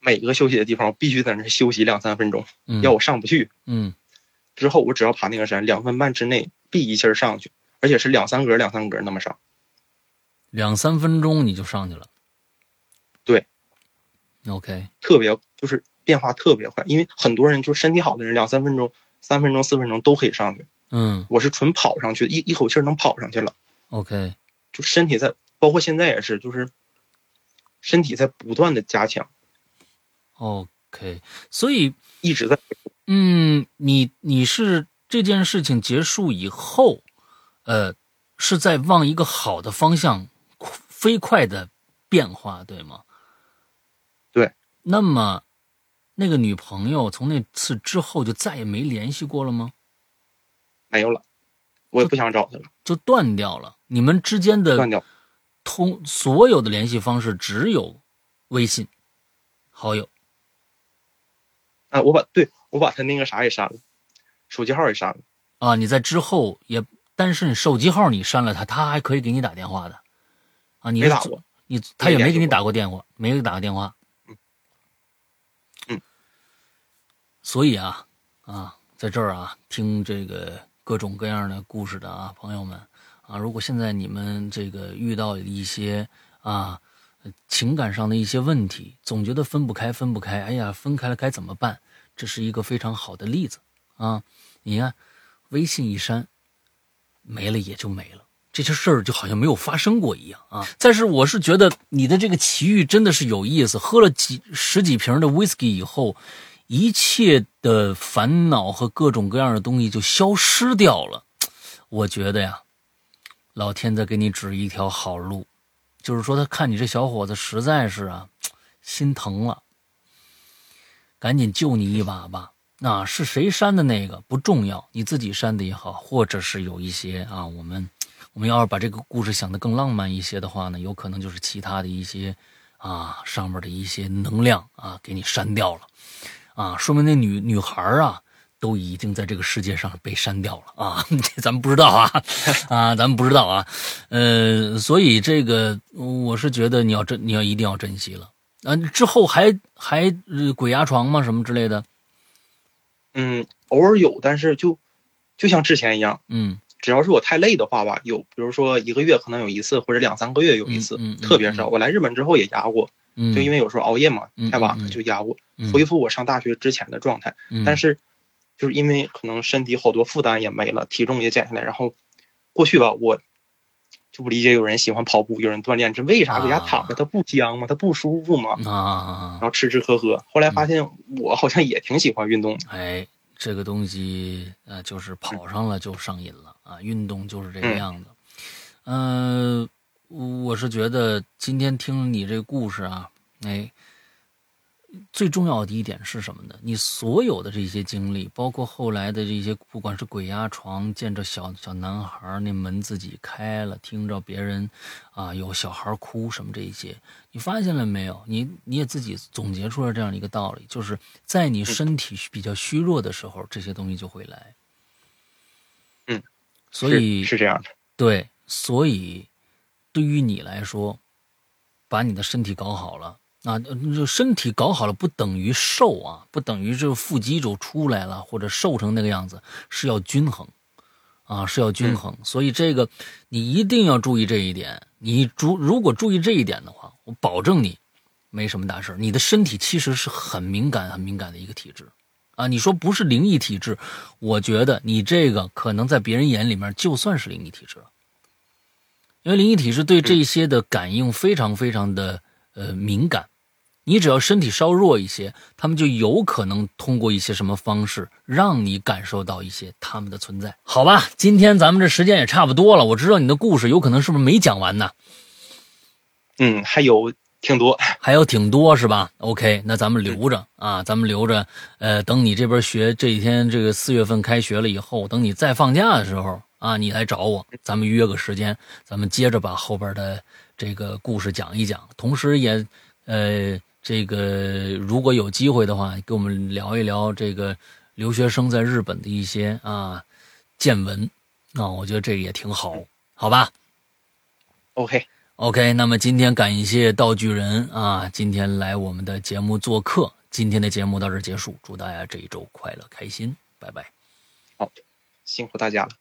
Speaker 3: 每个休息的地方我必须在那儿休息两三分钟，
Speaker 2: 嗯，
Speaker 3: 要我上不去。
Speaker 2: 嗯
Speaker 3: 之后我只要爬那个山，两分半之内必一气儿上去，而且是两三格两三格那么上。
Speaker 2: 两三分钟你就上去了。
Speaker 3: 对
Speaker 2: ，OK，
Speaker 3: 特别就是变化特别快，因为很多人就是身体好的人，两三分钟、三分钟、四分钟都可以上去。
Speaker 2: 嗯
Speaker 3: 我是纯跑上去，一一口气儿能跑上去了，
Speaker 2: ，OK，
Speaker 3: 就身体在，包括现在也是，就是身体在不断的加强，
Speaker 2: OK，所以，
Speaker 3: 一直在。
Speaker 2: 嗯，你你是这件事情结束以后，呃，是在往一个好的方向飞快的变化，对吗？
Speaker 3: 对。
Speaker 2: 那么，那个女朋友从那次之后就再也没联系过了吗？
Speaker 3: 没有了，我也不想找他了，
Speaker 2: 就断掉了？你们之间
Speaker 3: 断
Speaker 2: 的
Speaker 3: 掉。
Speaker 2: 通所有的联系方式只有微信好友。
Speaker 3: 啊，我把对我把他那个啥也删了，手机号也删了。
Speaker 2: 啊，你在之后也，但是你手机号你删了他，他还可以给你打电话的，啊，你是
Speaker 3: 没打过，
Speaker 2: 你他也
Speaker 3: 没
Speaker 2: 没给
Speaker 3: 联系
Speaker 2: 你
Speaker 3: 过
Speaker 2: 打过电话，没给你打过电话，
Speaker 3: 嗯，
Speaker 2: 所以啊啊，在这儿啊，听这个各种各样的故事的啊，朋友们啊，如果现在你们这个遇到一些啊呃情感上的一些问题，总觉得分不开，分不开，哎呀，分开了该怎么办？这是一个非常好的例子啊！你看，微信一删，没了也就没了，这些事儿就好像没有发生过一样啊。但是我是觉得你的这个奇遇真的是有意思，喝了几十几瓶的 whisky 以后，一切的烦恼和各种各样的东西就消失掉了。我觉得呀，老天在给你指一条好路，就是说他看你这小伙子实在是啊，心疼了，赶紧救你一把吧。那是谁删的那个不重要，你自己删的也好，或者是有一些啊，我们我们要是把这个故事想得更浪漫一些的话呢，有可能就是其他的一些啊上面的一些能量啊给你删掉了，啊，说明那女女孩儿啊。都已经在这个世界上被删掉了啊！ 这咱们不知道 啊，啊，咱们不知道啊，呃，所以这个我是觉得你要珍，你要一定要珍惜了。啊，之后还还、呃鬼压床吗？什么之类的？
Speaker 3: 嗯，偶尔有，但是就就像之前一样，
Speaker 2: 嗯，
Speaker 3: 只要是我太累的话吧，有，比如说一个月可能有一次，或者两三个月有一次，
Speaker 2: 嗯嗯嗯
Speaker 3: 特别少。我来日本之后也压过，
Speaker 2: 嗯，
Speaker 3: 就因为有时候熬夜嘛，
Speaker 2: 嗯
Speaker 3: 太晚
Speaker 2: 嗯嗯
Speaker 3: 了就压过，
Speaker 2: 嗯
Speaker 3: 恢复我上大学之前的状态。
Speaker 2: 嗯
Speaker 3: 但是就是因为可能身体好多负担也没了，体重也减下来，然后过去吧，我就不理解有人喜欢跑步，有人锻炼，这为啥搁家躺着它不香吗？它不舒服吗？
Speaker 2: 啊
Speaker 3: 然，后吃吃喝喝，后来发
Speaker 2: 嗯
Speaker 3: 现我好像也挺喜欢运动的，
Speaker 2: 哎，这个东西呃，就是跑上了就上瘾了啊，运动就是这个样子。嗯、我是觉得今天听你这个故事啊，哎，最重要的一点是什么呢？你所有的这些经历，包括后来的这些，不管是鬼压床，见着小小男孩儿那门自己开了，听着别人啊有小孩哭什么这一些，你发现了没有？你你也自己总结出了这样一个道理，就是在你身体比较虚弱的时候，这些东西就会来。
Speaker 3: 嗯，
Speaker 2: 所以
Speaker 3: 是是这样的，
Speaker 2: 对，所以对于你来说，把你的身体搞好了。啊，这身体搞好了不等于瘦啊，不等于这腹肌就出来了，或者瘦成那个样子，是要均衡，啊，是要均衡。所以这个你一定要注意这一点。你注如果注意这一点的话，我保证你没什么大事儿。你的身体其实是很敏感、很敏感的一个体质，啊，你说不是灵异体质，我觉得你这个可能在别人眼里面就算是灵异体质了，因为灵异体质对这些的感应非常非常的呃敏感，你只要身体稍弱一些，他们就有可能通过一些什么方式让你感受到一些他们的存在，好吧？今天咱们这时间也差不多了，我知道你的故事有可能是不是没讲完呢？
Speaker 3: 嗯，还有挺多，
Speaker 2: 还有挺多是吧？OK，那咱们留着啊，咱们留着，呃，等你这边学这几天这个四月份开学了以后，等你再放假的时候啊，你来找我，咱们约个时间，咱们接着把后边的这个故事讲一讲，同时也呃，这个如果有机会的话，跟我们聊一聊这个留学生在日本的一些啊见闻啊，我觉得这个也挺好，好吧？
Speaker 3: OK，
Speaker 2: OK，那么今天感谢道具人啊，今天来我们的节目做客。今天的节目到这儿结束，祝大家这一周快乐开心，拜拜。
Speaker 3: 辛苦大家了。